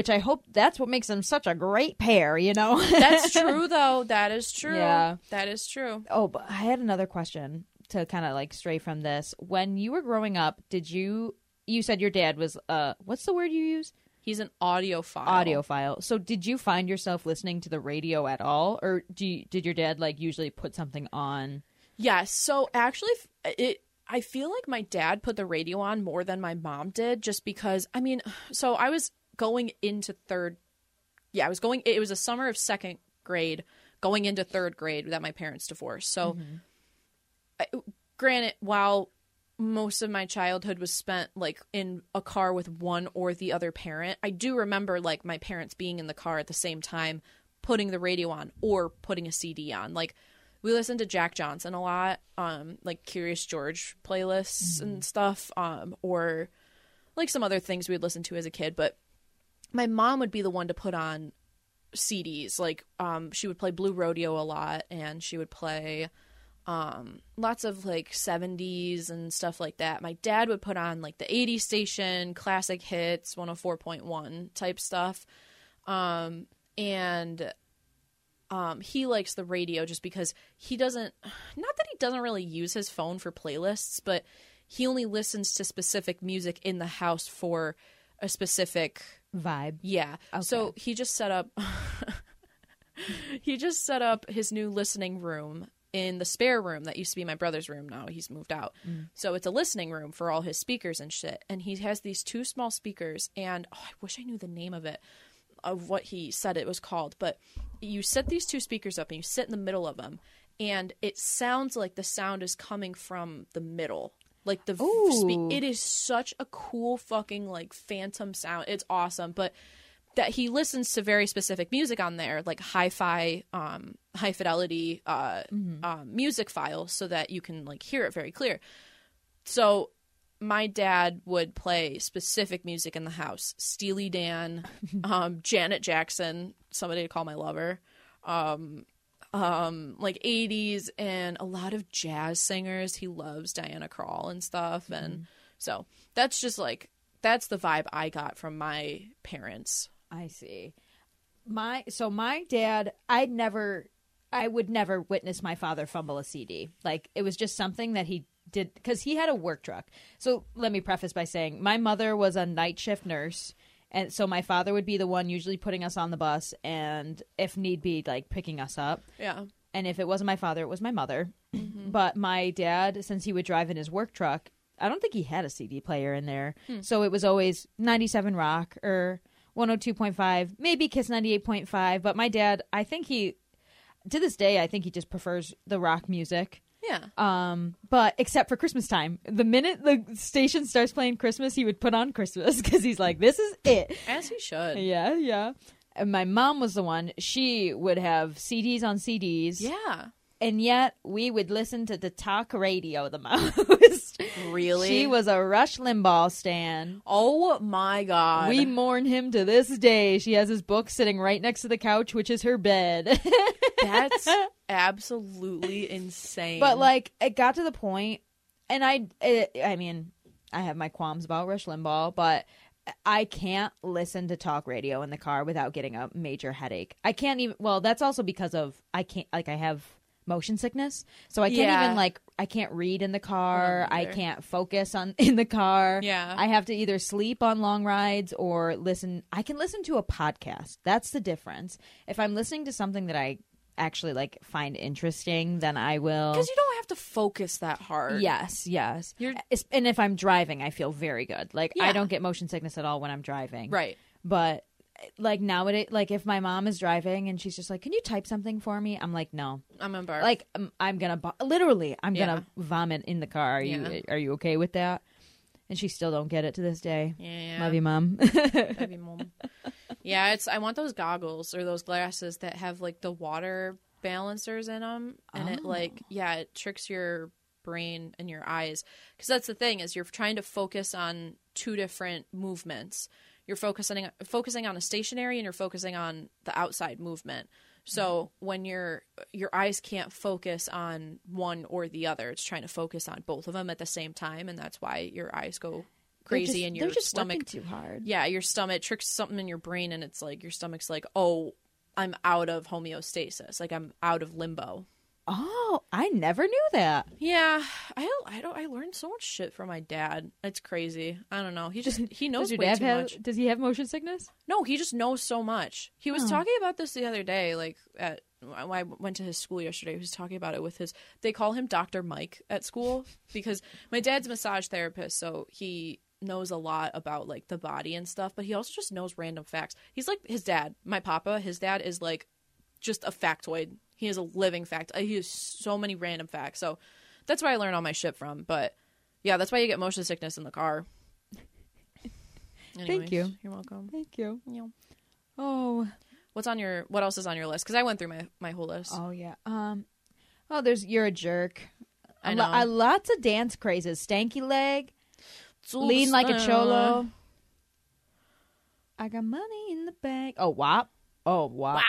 Speaker 2: Which I hope that's what makes them such a great pair, you know. <laughs>
Speaker 1: That's true, though. That is true.
Speaker 2: Yeah.
Speaker 1: That is true.
Speaker 2: Oh, but I had another question to kind of like stray from this. When you were growing up, did you you said your dad was uh what's the word you use?
Speaker 1: He's an audiophile.
Speaker 2: Audiophile. So did you find yourself listening to the radio at all or do you, did your dad like usually put something on?
Speaker 1: Yes. So actually, f- it. I feel like my dad put the radio on more than my mom did, just because. I mean, <sighs> so I was going into third. Yeah, I was going. It was a summer of second grade, going into third grade that my parents divorced. So, I, granted, while most of my childhood was spent like in a car with one or the other parent, I do remember like my parents being in the car at the same time, putting the radio on or putting a CD on, like we listened to Jack Johnson a lot, um, like Curious George playlists and stuff, um, or like some other things we'd listen to as a kid. But my mom would be the one to put on CDs. Like, um, she would play Blue Rodeo a lot, and she would play um, lots of like 70s and stuff like that. My dad would put on like the 80s station, classic hits, 104.1 type stuff. Um, and um, he likes the radio just because he doesn't not that he doesn't really use his phone for playlists but he only listens to specific music in the house for a specific
Speaker 2: Vibe.
Speaker 1: yeah so he just set up <laughs> he just set up his new listening room in the spare room that used to be my brother's room now he's moved out so it's a listening room for all his speakers and shit and he has these two small speakers and oh, i wish i knew the name of it of what he said it was called, but you set these two speakers up and you sit in the middle of them, and it sounds like the sound is coming from the middle. Like the v-
Speaker 2: Ooh.
Speaker 1: spe- it is such a cool fucking like phantom sound. It's awesome, but that he listens to very specific music on there, like hi-fi, um, high fidelity uh, um, music files, so that you can like hear it very clear. So my dad would play specific music in the house steely dan um, janet jackson somebody to call my lover um, um, like 80s and a lot of jazz singers he loves diana krall and stuff and so that's just like that's the vibe i got from my parents
Speaker 2: I see. My so my dad, I'd never, I would never witness my father fumble a CD. Like it was just something that he did because he had a work truck. So let me preface by saying my mother was a night shift nurse. And so my father would be the one usually putting us on the bus and if need be like picking us up.
Speaker 1: yeah
Speaker 2: And if it wasn't my father, it was my mother. But my dad, since he would drive in his work truck, I don't think he had a CD player in there. So it was always 97 Rock or 102.5, maybe Kiss 98.5. But my dad, I think he, to this day, I think he just prefers the rock music.
Speaker 1: yeah
Speaker 2: Um, but except for Christmas time, the minute the station starts playing Christmas, he would put on Christmas <laughs> because he's like, this is it.
Speaker 1: as he should
Speaker 2: Yeah, yeah. And my mom was the one, she would have CDs on CDs
Speaker 1: yeah
Speaker 2: and yet we would listen to the talk radio the <laughs> most.
Speaker 1: really
Speaker 2: She was a Rush Limbaugh stan.
Speaker 1: oh my god
Speaker 2: <laughs> We mourn him to this day. She has his book sitting right next to the couch, which is her bed. <laughs>
Speaker 1: that's absolutely insane
Speaker 2: but like, it got to the point, and I, it, I mean, I have my qualms about Rush Limbaugh, but I can't listen to talk radio in the car without getting a major headache. I can't even. Well, that's also because of I can't like I have motion sickness, so I can't
Speaker 1: Yeah.
Speaker 2: even like I can't read in the car.
Speaker 1: I don't
Speaker 2: I
Speaker 1: either.
Speaker 2: can't focus on <laughs> in the car.
Speaker 1: Yeah.
Speaker 2: I have to either sleep on long rides or listen. I can listen to a podcast. That's the difference. If I'm listening to something that I actually like find interesting, then I will.
Speaker 1: because you don't have to focus that hard
Speaker 2: Yes, yes.
Speaker 1: You're-
Speaker 2: Es- and if I'm driving, I feel very good. Like I
Speaker 1: Yeah.
Speaker 2: don't get motion sickness at all when I'm driving.
Speaker 1: right
Speaker 2: But like nowadays, like if my mom is driving and she's just like, "Can you type something for me?" I'm like, "No."
Speaker 1: I'm embarrassed.
Speaker 2: Like um, I'm gonna bo- literally, I'm gonna vomit in the car. Are
Speaker 1: Yeah.
Speaker 2: you are you okay with that? And she still don't get it to this day.
Speaker 1: yeah,
Speaker 2: Love you, mom.
Speaker 1: <laughs> love you, mom. yeah, it's. I want those goggles or those glasses
Speaker 2: Oh.
Speaker 1: that have like the water balancers in them, and it like yeah, it tricks your brain and your eyes because that's the thing is you're trying to focus on two different movements you're focusing focusing on a stationary and you're focusing on the outside movement so
Speaker 2: Mm-hmm.
Speaker 1: when your your eyes can't focus on one or the other it's trying to focus on both of them at the same time and that's why your eyes go crazy
Speaker 2: just,
Speaker 1: and your
Speaker 2: they're just
Speaker 1: stomach
Speaker 2: working too hard.
Speaker 1: yeah, your stomach tricks something in your brain, and it's like your stomach's like, oh, I'm out of homeostasis, like I'm out of limbo.
Speaker 2: Oh, I never knew that.
Speaker 1: Yeah, I I don't I learned so much shit from my dad. It's crazy. I don't know. He just <laughs> he knows
Speaker 2: Does your
Speaker 1: way
Speaker 2: dad
Speaker 1: too
Speaker 2: have?
Speaker 1: much.
Speaker 2: Does he have motion sickness?
Speaker 1: No, he just knows so much. He was
Speaker 2: Oh.
Speaker 1: talking about this the other day, like at I went to his school yesterday. He was talking about it with his. They call him Doctor Mike at school because my dad's a massage therapist, so he knows a lot about like the body and stuff. But he also just knows random facts. He's like his dad, my papa. His dad is like just a factoid. He is a living fact. Uh, He has so many random facts. So that's where I learned all my shit from. But yeah, that's why you get motion sickness in the car. Anyways,
Speaker 2: you.
Speaker 1: You're welcome.
Speaker 2: Thank you.
Speaker 1: Yeah.
Speaker 2: Oh,
Speaker 1: What's on your What else is on your list? Because I went through my my whole list.
Speaker 2: oh yeah. Um, oh, there's you're a jerk.
Speaker 1: I
Speaker 2: A
Speaker 1: know.
Speaker 2: lo- a- lots of dance crazes. Stanky leg, lean like
Speaker 1: uh,
Speaker 2: a cholo. I got money in the bank. Oh wop. Oh wop.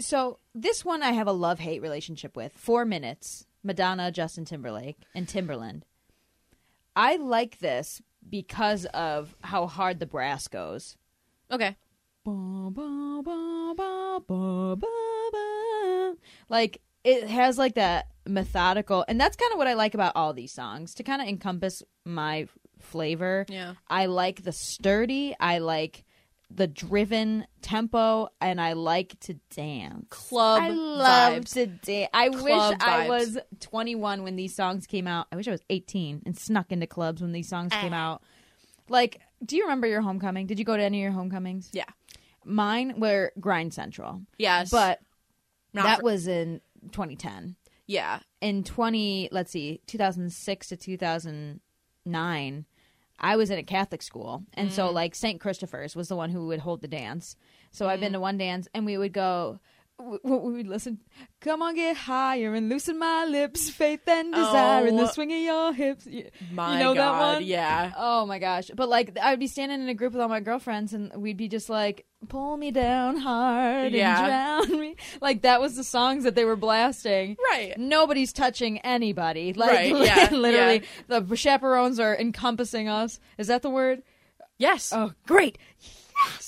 Speaker 2: So this one I have a love hate relationship with. Four minutes. Madonna, Justin Timberlake, and Timberland. I like this because of how hard the brass goes.
Speaker 1: Okay.
Speaker 2: Ba, ba, ba, ba, ba, ba, ba. Like it has like that methodical, and that's kind of what I like about all these songs to kind of encompass my flavor.
Speaker 1: Yeah.
Speaker 2: I like the sturdy, I like the driven tempo, and I like to dance.
Speaker 1: Club
Speaker 2: I love
Speaker 1: vibes.
Speaker 2: to dance. I
Speaker 1: Club
Speaker 2: wish I
Speaker 1: vibes.
Speaker 2: was 21 when these songs came out. I wish I was 18 and snuck into clubs when these songs
Speaker 1: Eh.
Speaker 2: came out. Like, do you remember your homecoming? Did you go to any of your homecomings?
Speaker 1: Yeah.
Speaker 2: Mine were Grind Central,
Speaker 1: Yes.
Speaker 2: but
Speaker 1: Not
Speaker 2: that
Speaker 1: for-
Speaker 2: was in 2010.
Speaker 1: yeah.
Speaker 2: In 20, let's see, 2006 to 2009, I was in a Catholic school, and so
Speaker 1: Mm.
Speaker 2: like St. Christopher's was the one who would hold the dance. So I've
Speaker 1: Mm.
Speaker 2: been to one dance, and we would go. w- w- We would listen. Come on, get higher and loosen my lips, faith and desire, and the
Speaker 1: Oh.
Speaker 2: swing of your hips. You,
Speaker 1: My
Speaker 2: you know
Speaker 1: God.
Speaker 2: that one?
Speaker 1: Yeah.
Speaker 2: Oh my gosh. But like I would be standing in a group with all my girlfriends and we'd be just like, Pull me down hard
Speaker 1: Yeah.
Speaker 2: and drown me. Like that was the songs that they were blasting.
Speaker 1: Right.
Speaker 2: Nobody's touching anybody. Like <laughs>
Speaker 1: Right, yeah,
Speaker 2: literally the chaperones are encompassing us. Is that the word?
Speaker 1: Yes.
Speaker 2: Oh great.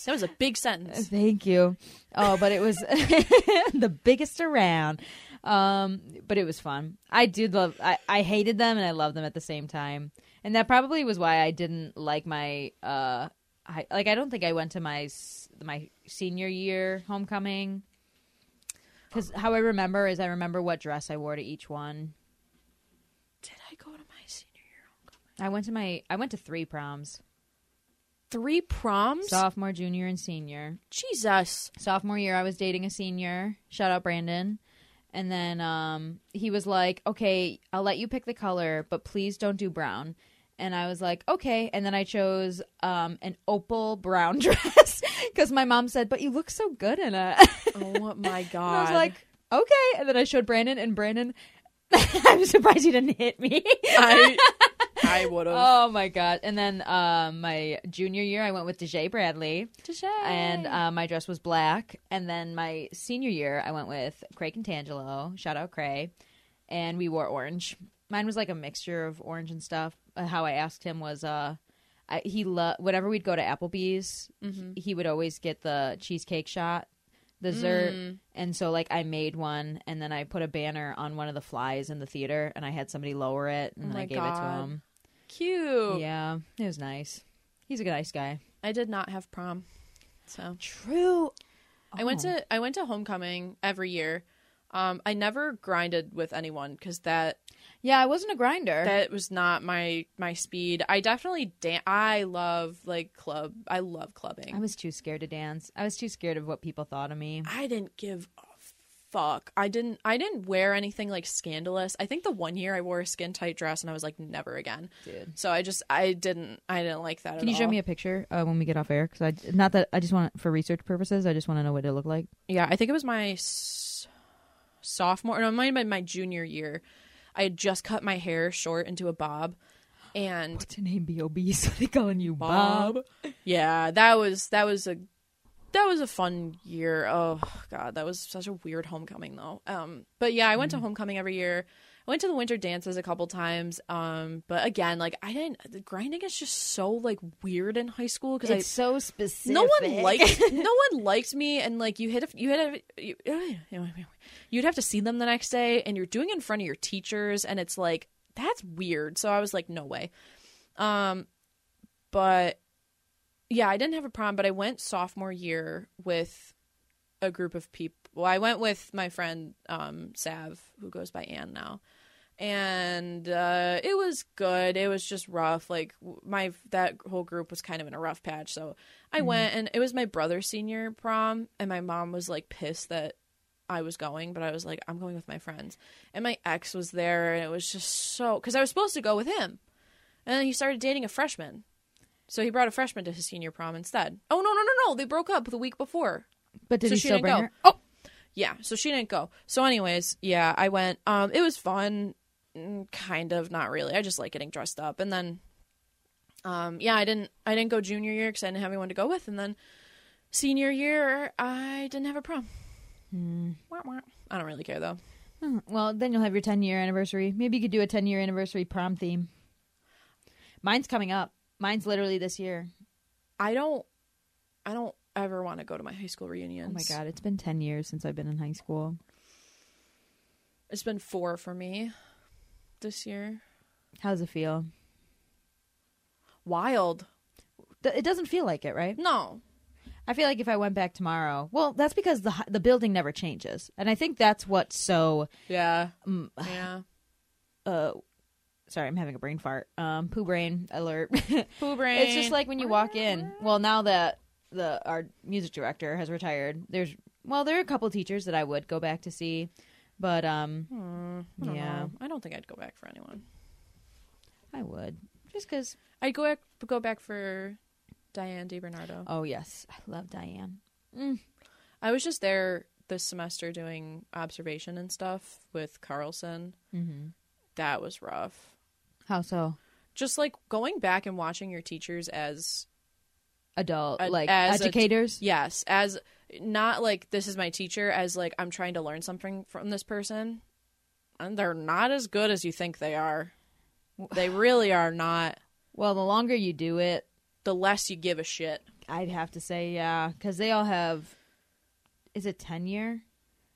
Speaker 1: That was a big sentence.
Speaker 2: <laughs> Thank you. Oh, but it was <laughs> the biggest around. Um, but it was fun. I did love. I, I hated them and I loved them at the same time, and that probably was why I didn't like my. Uh, I, like I don't think I went to my s- my senior year homecoming. Because how I remember is I remember what dress I wore to each one. uh,
Speaker 1: Did I go to my senior year? homecoming?
Speaker 2: I went to my I went to three proms:
Speaker 1: Three proms.
Speaker 2: sophomore, junior, and senior. <laughs>
Speaker 1: Jesus.
Speaker 2: sophomore year I was dating a senior. Shout out Brandon. And then um, he was like, "Okay, I'll let you pick the color, but please don't do brown." And I was like, "Okay." And then I chose um, an opal brown <laughs> dress because my mom said, "But you look so good in it." <laughs> and
Speaker 1: Oh my God.
Speaker 2: I was like, "Okay." And then I showed Brandon, and Brandon, <laughs> I'm surprised he didn't hit me. <laughs>
Speaker 1: I I would have.
Speaker 2: oh my god! And then um, my junior year, I went with Dejay Bradley and uh, my dress was black. And then my senior year, I went with Craig and Tangelo. Shout out Cray, and we wore orange. Mine was like a mixture of orange and stuff. Uh, how I asked him was, uh, I, he loved whenever we'd go to Applebee's,
Speaker 1: Mm-hmm.
Speaker 2: he, he would always get the cheesecake shot dessert.
Speaker 1: Mm.
Speaker 2: And so like I made one, and then I put a banner on one of the flies in the theater, and I had somebody lower it, and then
Speaker 1: Oh my
Speaker 2: I gave it to
Speaker 1: God.
Speaker 2: him.
Speaker 1: cute.
Speaker 2: Yeah, it was nice. He's a good nice guy.
Speaker 1: I did not have prom, so
Speaker 2: True.
Speaker 1: I
Speaker 2: Oh.
Speaker 1: went to I went to homecoming every year. Um, I never grinded with anyone because that
Speaker 2: Yeah, I wasn't a grinder.
Speaker 1: that was not my my speed. I definitely dan- I love like club. I love clubbing.
Speaker 2: I was too scared to dance. I was too scared of what people thought of me.
Speaker 1: I didn't give a fuck. I didn't I didn't wear anything like scandalous. I think the one year I wore a skin tight dress and I was like never again.
Speaker 2: Dude.
Speaker 1: So I just I didn't I didn't like that.
Speaker 2: Can you show me a picture uh, when we get off air? Because I not that I just want for research purposes. I just want to know what it looked like.
Speaker 1: yeah, I think it was my s- sophomore. No, it might have been my junior year. I had just cut my hair short into a bob, and
Speaker 2: What's your name? B.O.B. <laughs> So they calling you Bob.
Speaker 1: yeah, that was that was a that was a fun year. Oh god, that was such a weird homecoming though. Um but yeah, I went to homecoming every year. I went to the winter dances a couple times. Um but again, like I didn't the grinding is just so like weird in high school cuz I
Speaker 4: It's so specific.
Speaker 1: no one liked no one liked me and like you hit a, you hit a, you, <sighs> you'd have to see them the next day and you're doing it in front of your teachers and it's like that's weird so i was like no way um but yeah i didn't have a prom but i went sophomore year with a group of people well, i went with my friend um sav who goes by ann now and uh, it was good. It was just rough. Like w- my that whole group was kind of in a rough patch. So I went, and it was my brother's senior prom, and my mom was like pissed that I was going, but I was like, I'm going with my friends, and my ex was there, and it was just so because I was supposed to go with him, and then he started dating a freshman. So he brought a freshman to his senior prom instead. Oh no no no no! They broke up the week before.
Speaker 2: <laughs> But did
Speaker 1: So
Speaker 2: he
Speaker 1: she
Speaker 2: still
Speaker 1: didn't
Speaker 2: bring
Speaker 1: go.
Speaker 2: her? Oh,
Speaker 1: Yeah, so she didn't go. So, anyways, yeah, I went. Um, it was fun, Mm, kind of, not really. I just like getting dressed up, and then, um, yeah, I didn't, I didn't go junior year because I didn't have anyone to go with, and then senior year I didn't have a prom. Wah, wah. I don't really care though.
Speaker 2: Hmm. well, then you'll have your 10 year anniversary. Maybe you could do a 10 year anniversary prom theme. Mine's coming up. Mine's literally this year.
Speaker 1: I don't, I don't ever want to go to my high school reunions.
Speaker 2: Oh my god, it's been 10 years since I've been in high school.
Speaker 1: it's been four for me this year.
Speaker 2: How's it feel?
Speaker 1: Wild.
Speaker 2: Th- It doesn't feel like it, right?
Speaker 1: No,
Speaker 2: I feel like if I went back tomorrow, well, that's because the hi- the building never changes, and I think that's what's so.
Speaker 1: yeah,
Speaker 2: Um,
Speaker 1: yeah.
Speaker 2: <sighs> uh, sorry, I'm having a brain fart. Um, poo brain alert. <laughs>
Speaker 1: Poo brain.
Speaker 2: It's just like when you walk in. Well, now that the our music director has retired, there's well, there are a couple teachers that I would go back to see, but um,
Speaker 1: Hmm. I don't
Speaker 2: yeah,
Speaker 1: know. I don't think I'd go back for anyone.
Speaker 2: I would just because.
Speaker 1: I'd go back, go back for Diane DiBernardo.
Speaker 2: Oh yes, I love Diane.
Speaker 1: I was just there this semester doing observation and stuff with Carlson.
Speaker 2: Mm-hmm.
Speaker 1: That was rough.
Speaker 2: How so?
Speaker 1: Just like going back and watching your teachers as
Speaker 2: Adult
Speaker 1: A-
Speaker 2: like
Speaker 1: as a-
Speaker 2: educators.
Speaker 1: yes, as not like this is my teacher, as like I'm trying to learn something from this person, and they're not as good as you think they are. They really are not.
Speaker 2: well, the longer you do it,
Speaker 1: The less you give a shit.
Speaker 2: I'd have to say yeah, because they all have. Is it tenure,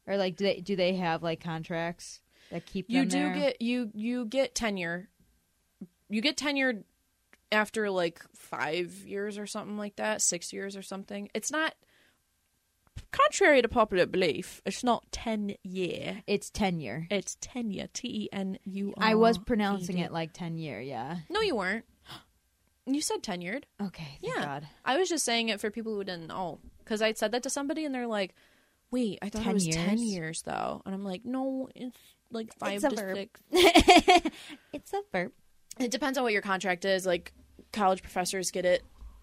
Speaker 2: or like do they do they have like contracts that keep
Speaker 1: you
Speaker 2: them
Speaker 1: do
Speaker 2: there?
Speaker 1: get you you get tenure you get tenure after like five years or something like that six years or something it's not contrary to popular belief it's not 10 year
Speaker 2: it's tenure.
Speaker 1: it's tenure E t-e-n-u-r
Speaker 2: I was pronouncing it like ten year. Yeah.
Speaker 1: no you weren't <gasps> you said tenured
Speaker 2: Okay. Thank
Speaker 1: Yeah.
Speaker 2: God.
Speaker 1: i was just saying it for people who didn't know because i'd said that to somebody and they're like wait i thought
Speaker 2: 10
Speaker 1: it was 10
Speaker 2: years?
Speaker 1: years though and i'm like no it's like five
Speaker 2: a
Speaker 1: to
Speaker 2: verb.
Speaker 1: six
Speaker 2: <laughs> It's a verb.
Speaker 1: it depends on what your contract is like college professors get it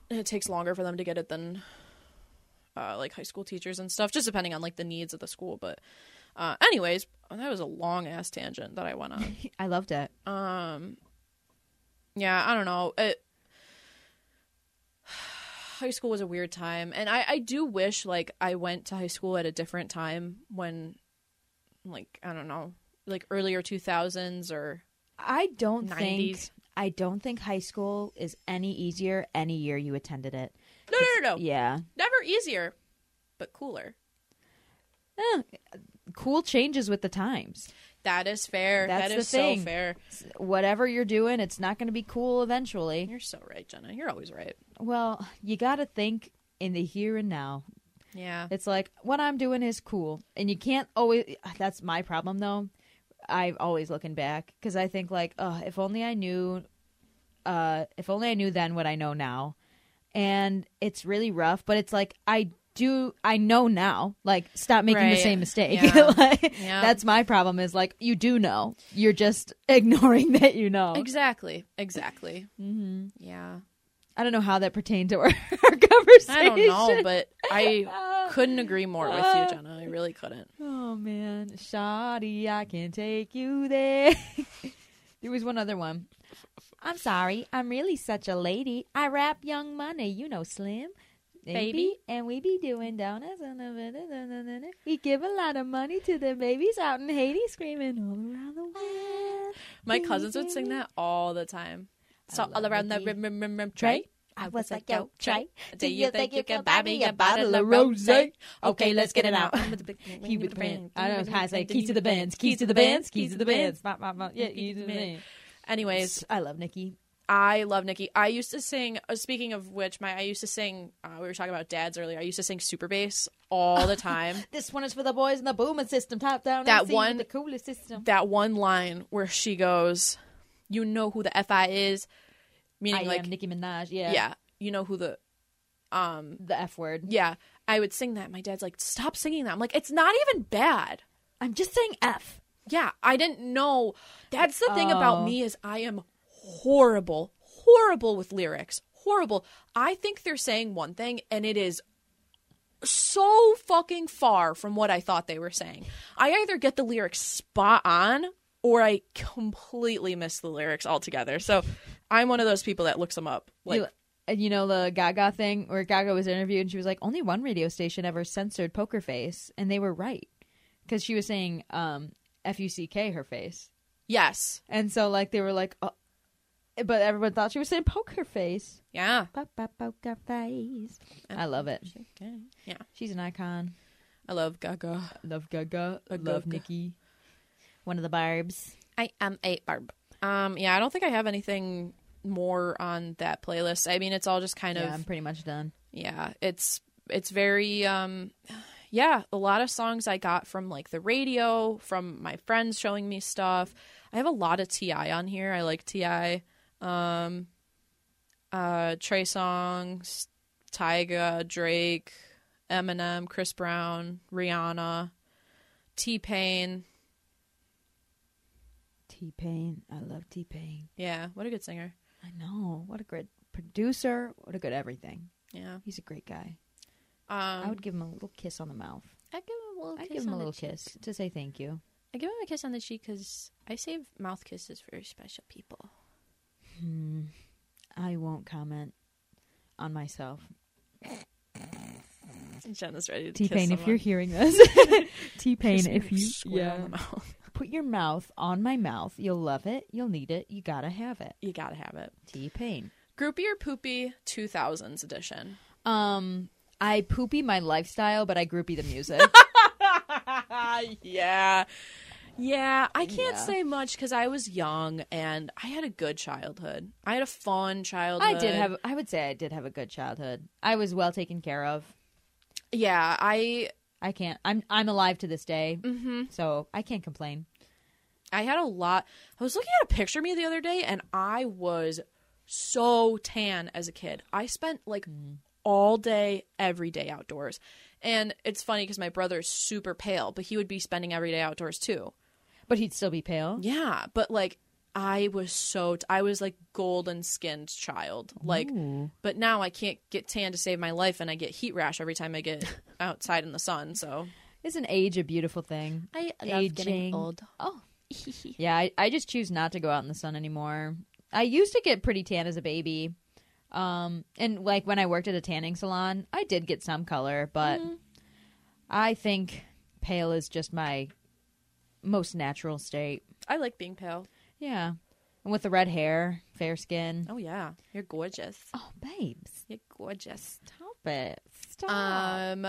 Speaker 1: it takes longer for them to get it than uh, like high school teachers and stuff just depending on like the needs of the school but uh, anyways that was a long ass tangent that i went
Speaker 2: <laughs>
Speaker 1: on
Speaker 2: I loved it.
Speaker 1: um yeah i don't know it high school was a weird time and i i do wish like i went to high school at a different time when like i don't know like earlier 2000s or
Speaker 2: I don't think
Speaker 1: 90s.
Speaker 2: I don't think high school is any easier any year you attended it.
Speaker 1: no no no no
Speaker 2: Yeah.
Speaker 1: never easier, but cooler.
Speaker 2: Eh, cool changes with the times.
Speaker 1: That is fair.
Speaker 2: That's
Speaker 1: That
Speaker 2: the
Speaker 1: is
Speaker 2: thing.
Speaker 1: so fair.
Speaker 2: Whatever you're doing, it's not going to be cool eventually.
Speaker 1: You're so right, Jenna. You're always right.
Speaker 2: Well, you got to think in the here and now.
Speaker 1: Yeah.
Speaker 2: It's like what I'm doing is cool, and you can't always. That's my problem though. I'm always looking back because I think like, oh, if only I knew, uh, if only I knew then what I know now, and it's really rough. But it's like I do, I know now. Like, stop making the
Speaker 1: Right.
Speaker 2: same mistake.
Speaker 1: Yeah.
Speaker 2: <laughs> Like,
Speaker 1: Yeah.
Speaker 2: That's my problem. Is like you do know, you're just <laughs> ignoring that you know.
Speaker 1: Exactly. Exactly. Mm-hmm. Yeah.
Speaker 2: I don't know how that pertained to our, <laughs> our conversation.
Speaker 1: I don't
Speaker 2: <laughs>
Speaker 1: know, but I couldn't agree more with
Speaker 2: Uh,
Speaker 1: you, Jenna. I really couldn't.
Speaker 2: Oh man, shoddy, I can take you there. <laughs> was one other one. I'm sorry. I'm really such a lady. I rap Young Money. You know Slim.
Speaker 1: Baby.
Speaker 2: And we be doing donuts. on the da- da- da- da- da. We give a lot of money to the babies out in Haiti screaming all around the world.
Speaker 1: My cousins would sing that all the time.
Speaker 2: I
Speaker 1: So all
Speaker 2: love
Speaker 1: around the
Speaker 2: Mickey.
Speaker 1: rim, rim, rim, rim, tray.
Speaker 2: I was like, yo, Trey,
Speaker 1: Do you think you can buy me a bottle of rosé? Okay, let's get it
Speaker 2: <laughs>
Speaker 1: out.
Speaker 2: He with the band. I don't know how to say keys to the bands, keys to the bands, keys to the bands. Bop, bop, bop. Yeah, keys to the bands.
Speaker 1: Anyways,
Speaker 2: I love Nikki.
Speaker 1: I love Nikki. I used to sing. Uh, speaking of which, my I used to sing. Uh, we were talking about dads earlier. I used to sing super bass all the
Speaker 2: <laughs>
Speaker 1: time.
Speaker 2: This one is for the boys in the booming system, top down.
Speaker 1: That
Speaker 2: MC with
Speaker 1: one-
Speaker 2: the coolest system.
Speaker 1: that one line where she goes, "You know who the fi is,"
Speaker 2: I
Speaker 1: meaning like
Speaker 2: am Nicki Minaj. Yeah,
Speaker 1: yeah, you know who the um
Speaker 2: the F word.
Speaker 1: yeah. I would sing that. My dad's like, "Stop singing that." I'm like, "It's not even bad."
Speaker 2: I'm just saying F.
Speaker 1: Yeah, I didn't know. That's the thing
Speaker 2: Oh.
Speaker 1: about me is I am horrible, horrible with lyrics. Horrible. I think they're saying one thing and it is so fucking far from what I thought they were saying. I either get the lyrics spot on or I completely miss the lyrics altogether. So I'm one of those people that looks them up. Like
Speaker 2: You- and you know the Gaga thing where Gaga was interviewed and she was like, only one radio station ever censored Poker Face, and they were right because she was saying um, F U C K her face,
Speaker 1: yes.
Speaker 2: and so like they were like, oh. but everyone thought she was saying Poker Face.
Speaker 1: Yeah.
Speaker 2: Ba, ba, Poker Face. I love it.
Speaker 1: Yeah.
Speaker 2: She's an icon.
Speaker 1: I love Gaga.
Speaker 2: Love Gaga.
Speaker 1: I
Speaker 2: love
Speaker 1: Gaga.
Speaker 2: Nikki. One of the barbs.
Speaker 1: I am a barb. Um yeah, I don't think I have anything more on that playlist. I mean, it's all just kind
Speaker 2: Yeah,
Speaker 1: of
Speaker 2: I'm pretty much done.
Speaker 1: yeah it's it's very um yeah a lot of songs i got from like the radio from my friends showing me stuff i have a lot of ti on here i like ti um uh trey songs tyga drake eminem chris brown rihanna t-pain
Speaker 2: T Pain. I love T Pain.
Speaker 1: yeah what a good singer
Speaker 2: I know. What a great producer. What a good everything.
Speaker 1: yeah
Speaker 2: He's a great guy.
Speaker 1: um
Speaker 2: I would give him a little kiss on the mouth.
Speaker 1: I'd give him a little
Speaker 2: I'd give him a little kiss to say thank you.
Speaker 1: i give him a kiss on the cheek because i save mouth kisses for special people
Speaker 2: Hmm. I won't comment on myself.
Speaker 1: Jenna's ready to
Speaker 2: T Pain,
Speaker 1: kiss
Speaker 2: if you're hearing <laughs> this, T Pain, if you yeah, put your mouth on my mouth, you'll love it. You'll need it. You gotta have it.
Speaker 1: <laughs> you gotta have it.
Speaker 2: T Pain.
Speaker 1: Groupie or poopy, two thousands edition.
Speaker 2: Um, I poopy my lifestyle, but I groupie the <laughs> music.
Speaker 1: yeah, yeah. I can't
Speaker 2: Yeah.
Speaker 1: say much because I was young and I had a good childhood. I had a fun childhood.
Speaker 2: I did have. I would say I did have a good childhood. I was well taken care of.
Speaker 1: Yeah, I
Speaker 2: I can't. I'm. I'm alive to this day,
Speaker 1: hmm
Speaker 2: so I can't complain.
Speaker 1: I had a lot. I was looking at a picture of me the other day and I was so tan as a kid. I spent like
Speaker 2: Mm.
Speaker 1: all day, every day outdoors. And it's funny because my brother is super pale, but he would be spending every day outdoors too.
Speaker 2: But he'd still be pale.
Speaker 1: Yeah, but like I was so t- I was like golden skinned child. Like
Speaker 2: Ooh.
Speaker 1: but now I can't get tan to save my life and I get heat rash every time I get <laughs> outside in the sun. So
Speaker 2: isn't age a beautiful thing?
Speaker 1: I
Speaker 2: love getting Aging. old. Oh, yeah. I, I just choose not to go out in the sun anymore. I used to get pretty tan as a baby, um, and like when I worked at a tanning salon, I did get some color, but I think pale is just my most natural state.
Speaker 1: I like being pale.
Speaker 2: Yeah. And with the red hair, fair skin.
Speaker 1: Oh yeah. You're gorgeous.
Speaker 2: Oh, babes.
Speaker 1: You're gorgeous.
Speaker 2: Stop it. Stop. Ah.
Speaker 1: Um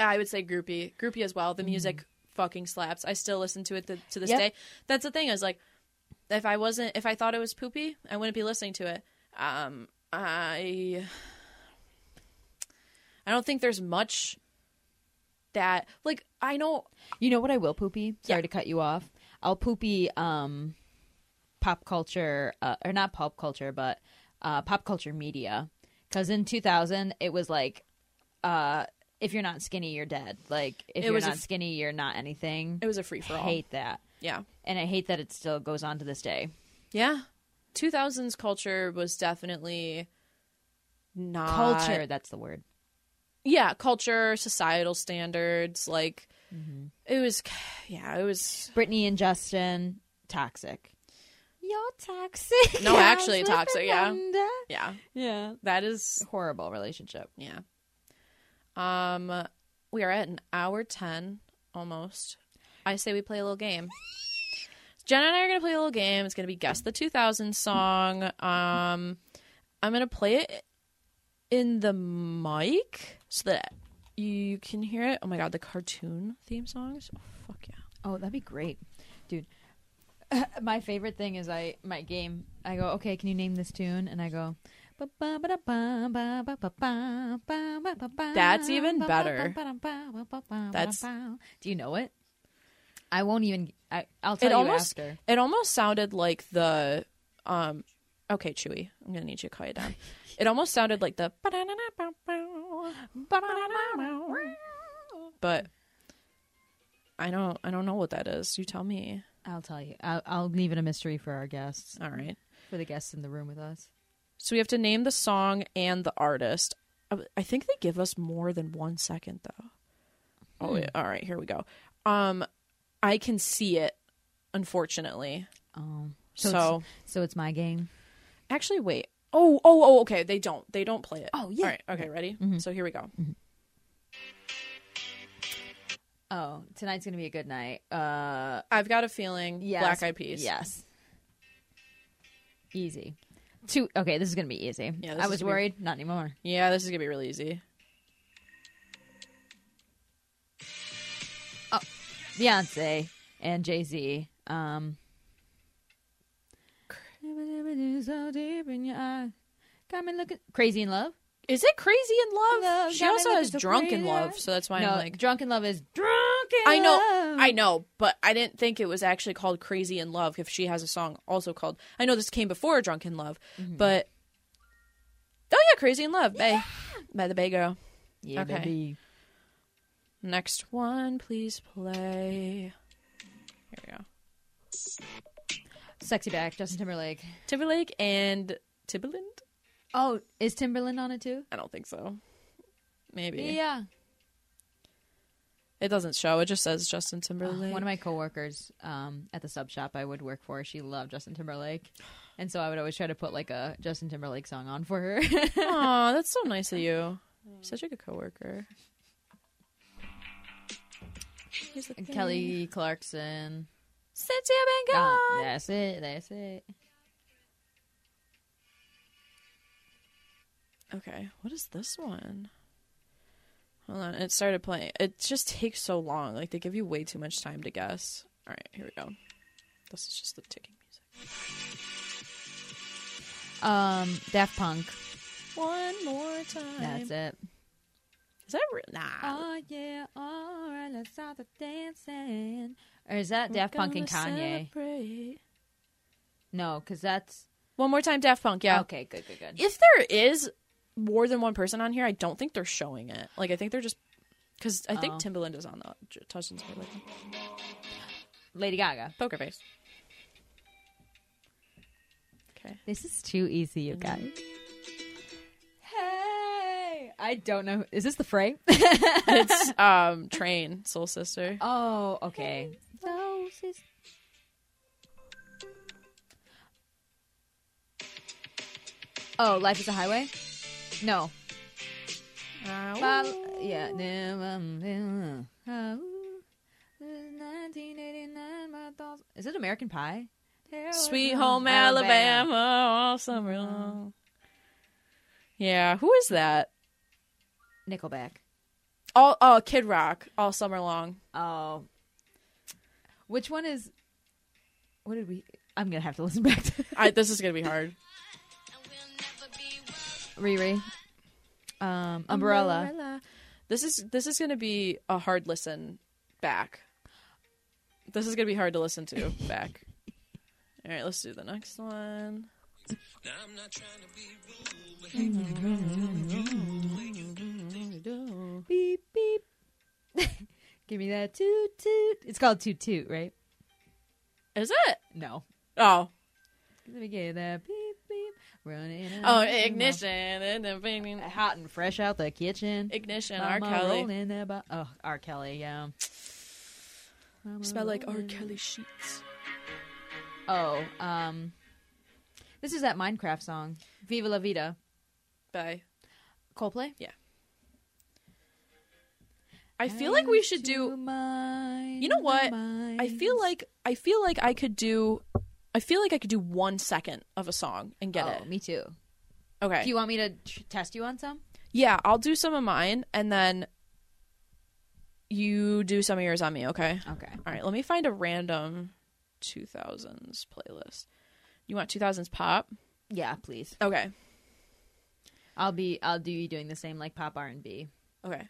Speaker 1: I would say groupie. Groupie as well. The music fucking slaps. I still listen to it th- to this
Speaker 2: Mm-hmm. Yep.
Speaker 1: day. That's the thing. I was like if I wasn't if I thought it was poopy, I wouldn't be listening to it. Um I I don't think there's much that like I know
Speaker 2: you know what I will poopy? Sorry
Speaker 1: Yeah.
Speaker 2: to cut you off. I'll poopy um pop culture uh, or not pop culture, but uh pop culture media. Cuz in 2000 it was like uh if you're not skinny, you're dead. Like
Speaker 1: It
Speaker 2: if you're
Speaker 1: was a
Speaker 2: not
Speaker 1: f-
Speaker 2: skinny, you're not anything.
Speaker 1: it was a free for
Speaker 2: I
Speaker 1: all.
Speaker 2: hate that.
Speaker 1: Yeah.
Speaker 2: And I hate that it still goes on to this day.
Speaker 1: Yeah. 2000s culture was definitely not
Speaker 2: Culture, that's the word.
Speaker 1: yeah culture societal standards like it was yeah it was
Speaker 2: Brittany and Justin, toxic. you're toxic.
Speaker 1: No,
Speaker 2: <laughs> I
Speaker 1: actually
Speaker 2: was with
Speaker 1: toxic, yeah.
Speaker 2: Amanda.
Speaker 1: Yeah.
Speaker 2: Yeah.
Speaker 1: That is
Speaker 2: Horrible relationship.
Speaker 1: yeah. Um we are at an hour 10 almost. I say we play a little game. Jenna and I are going to play a little game. It's going to be guess the 2000 song. Um I'm going to play it in the mic so that you can hear it. Oh my god, the cartoon theme songs. Oh fuck yeah.
Speaker 2: Oh, that'd be great, dude. <laughs> my favorite thing is I my game. I go, okay, can you name this tune? And I go. That's
Speaker 1: That's even better. That's-
Speaker 2: Do you know it? I won't even. I, I'll tell
Speaker 1: it
Speaker 2: you
Speaker 1: almost
Speaker 2: after.
Speaker 1: it almost sounded like the um okay chewy i'm gonna need you to quiet <laughs> down it almost sounded like the but i don't i don't know what that is you tell me
Speaker 2: I'll tell you. I'll, I'll leave it a mystery for our guests,
Speaker 1: all right
Speaker 2: for the guests in the room with us.
Speaker 1: so we have to name the song and the artist I- i think they give us more than one second though oh yeah. all right here we go um i can see it unfortunately
Speaker 2: Oh,
Speaker 1: So-
Speaker 2: it's, so it's my game.
Speaker 1: Actually, wait. Oh, oh, oh. Okay, they don't. They don't play it.
Speaker 2: Oh, yeah. Mm-hmm.
Speaker 1: All right. Okay, ready. So here we go.
Speaker 2: Oh, tonight's gonna be a good night. Uh,
Speaker 1: I've got a feeling.
Speaker 2: yes,
Speaker 1: Black Eyed Peas.
Speaker 2: Yes, easy. Two. Okay, this is gonna be easy.
Speaker 1: Yeah, this
Speaker 2: I
Speaker 1: is
Speaker 2: was
Speaker 1: gonna be-
Speaker 2: worried. Not anymore.
Speaker 1: Yeah. This is gonna be really easy.
Speaker 2: Beyonce and Jay Z. Um, so deep in your eyes. Got me looking crazy in love.
Speaker 1: Is it Crazy in Love?
Speaker 2: Love,
Speaker 1: she
Speaker 2: got me
Speaker 1: also
Speaker 2: looking
Speaker 1: has
Speaker 2: so
Speaker 1: Drunk in
Speaker 2: pretty.
Speaker 1: Love, so that's why
Speaker 2: no,
Speaker 1: I'm like.
Speaker 2: drunk in love is drunk. In
Speaker 1: I know,
Speaker 2: Love.
Speaker 1: I know, but I didn't think it was actually called Crazy in Love. If she has a song also called, I know this came before Drunk in Love,
Speaker 2: Mm-hmm.
Speaker 1: but oh yeah, Crazy in Love by by the Bay Girl.
Speaker 2: Yeah,
Speaker 1: Okay.
Speaker 2: baby.
Speaker 1: Next one, please play. Here we go.
Speaker 2: Sexy back, Justin Timberlake.
Speaker 1: Timberlake and Timberland.
Speaker 2: Oh, is Timberland on it too?
Speaker 1: I don't think so. Maybe.
Speaker 2: Yeah.
Speaker 1: It doesn't show. It just says Justin
Speaker 2: Ugh,
Speaker 1: Timberlake. <laughs>
Speaker 2: One of my coworkers um, at the sub shop I would work for, she loved Justin Timberlake, and so I would always try to put like a Justin Timberlake song on for her. <laughs>
Speaker 1: Aw, that's so nice of you. You're such a good coworker. Here's the
Speaker 2: And
Speaker 1: thing.
Speaker 2: Kelly Clarkson.
Speaker 1: Since you've been
Speaker 2: Ah,
Speaker 1: gone.
Speaker 2: that's it. That's it.
Speaker 1: Okay, what is this one? Hold on. It started playing. It just takes so long. Like, they give you way too much time to guess. All right, here we go. This is just the ticking music.
Speaker 2: Um, Daft Punk.
Speaker 1: One more time.
Speaker 2: That's it.
Speaker 1: Is that real? Nah.
Speaker 2: Oh yeah, all right, let's start the dancing. Or is that Daft Punk and
Speaker 1: Gonna
Speaker 2: Kanye?
Speaker 1: celebrate.
Speaker 2: No, because that's
Speaker 1: One more time, Daft Punk. Yeah.
Speaker 2: okay. Good, good, good.
Speaker 1: If there is more than one person on here, I don't think they're showing it. Like I think they're just because I think
Speaker 2: Oh.
Speaker 1: Timbaland is on the J- Justin Timberlake
Speaker 2: Lady Gaga.
Speaker 1: poker face. Okay.
Speaker 2: This is too easy, you guys. Hey, I don't know. Is this the fray? <laughs>
Speaker 1: It's um Train Soul Sister.
Speaker 2: oh, okay. Oh, life is a highway. No. Bal- yeah. Is it American Pie?
Speaker 1: Sweet Home Alabama all summer long. Yeah, who is that?
Speaker 2: Nickelback.
Speaker 1: All oh Kid Rock all summer long.
Speaker 2: Oh. Which one is? What did we? I'm gonna have to listen back to <laughs>
Speaker 1: I, this is gonna be hard.
Speaker 2: Riri. Um, Umbrella.
Speaker 1: This is this is gonna be a hard listen back. This is gonna be hard to listen
Speaker 2: <laughs>
Speaker 1: to back. All right, let's do the next one.
Speaker 2: Beep beep. <laughs> Give me that toot toot. It's called toot toot, right?
Speaker 1: Is it?
Speaker 2: No.
Speaker 1: Oh,
Speaker 2: Let me get that beep beep. Running.
Speaker 1: oh,
Speaker 2: out of my-
Speaker 1: ignition and then bing,
Speaker 2: Hot and fresh out the kitchen.
Speaker 1: ignition. R.
Speaker 2: Mama
Speaker 1: Kelly
Speaker 2: rolling that bo- oh, R. Kelly. Yeah. Mama
Speaker 1: smell like R.
Speaker 2: rolling-
Speaker 1: Kelly sheets.
Speaker 2: Oh, um, This is that Minecraft song, "Viva la Vida."
Speaker 1: Bye.
Speaker 2: Coldplay.
Speaker 1: I feel like we should do. You know what? I feel like I feel like I could do. I feel like I could do one second of a song and get
Speaker 2: oh, Me too.
Speaker 1: it. Okay.
Speaker 2: Do Oh. you want me to tr- test you on some?
Speaker 1: yeah, I'll do some of mine and then you do some of yours on me. Okay.
Speaker 2: Okay.
Speaker 1: All right. Let me find a random 2000s playlist. You want 2000s pop?
Speaker 2: Yeah, please.
Speaker 1: Okay.
Speaker 2: I'll be. I'll do you doing the same like pop R and B.
Speaker 1: Okay.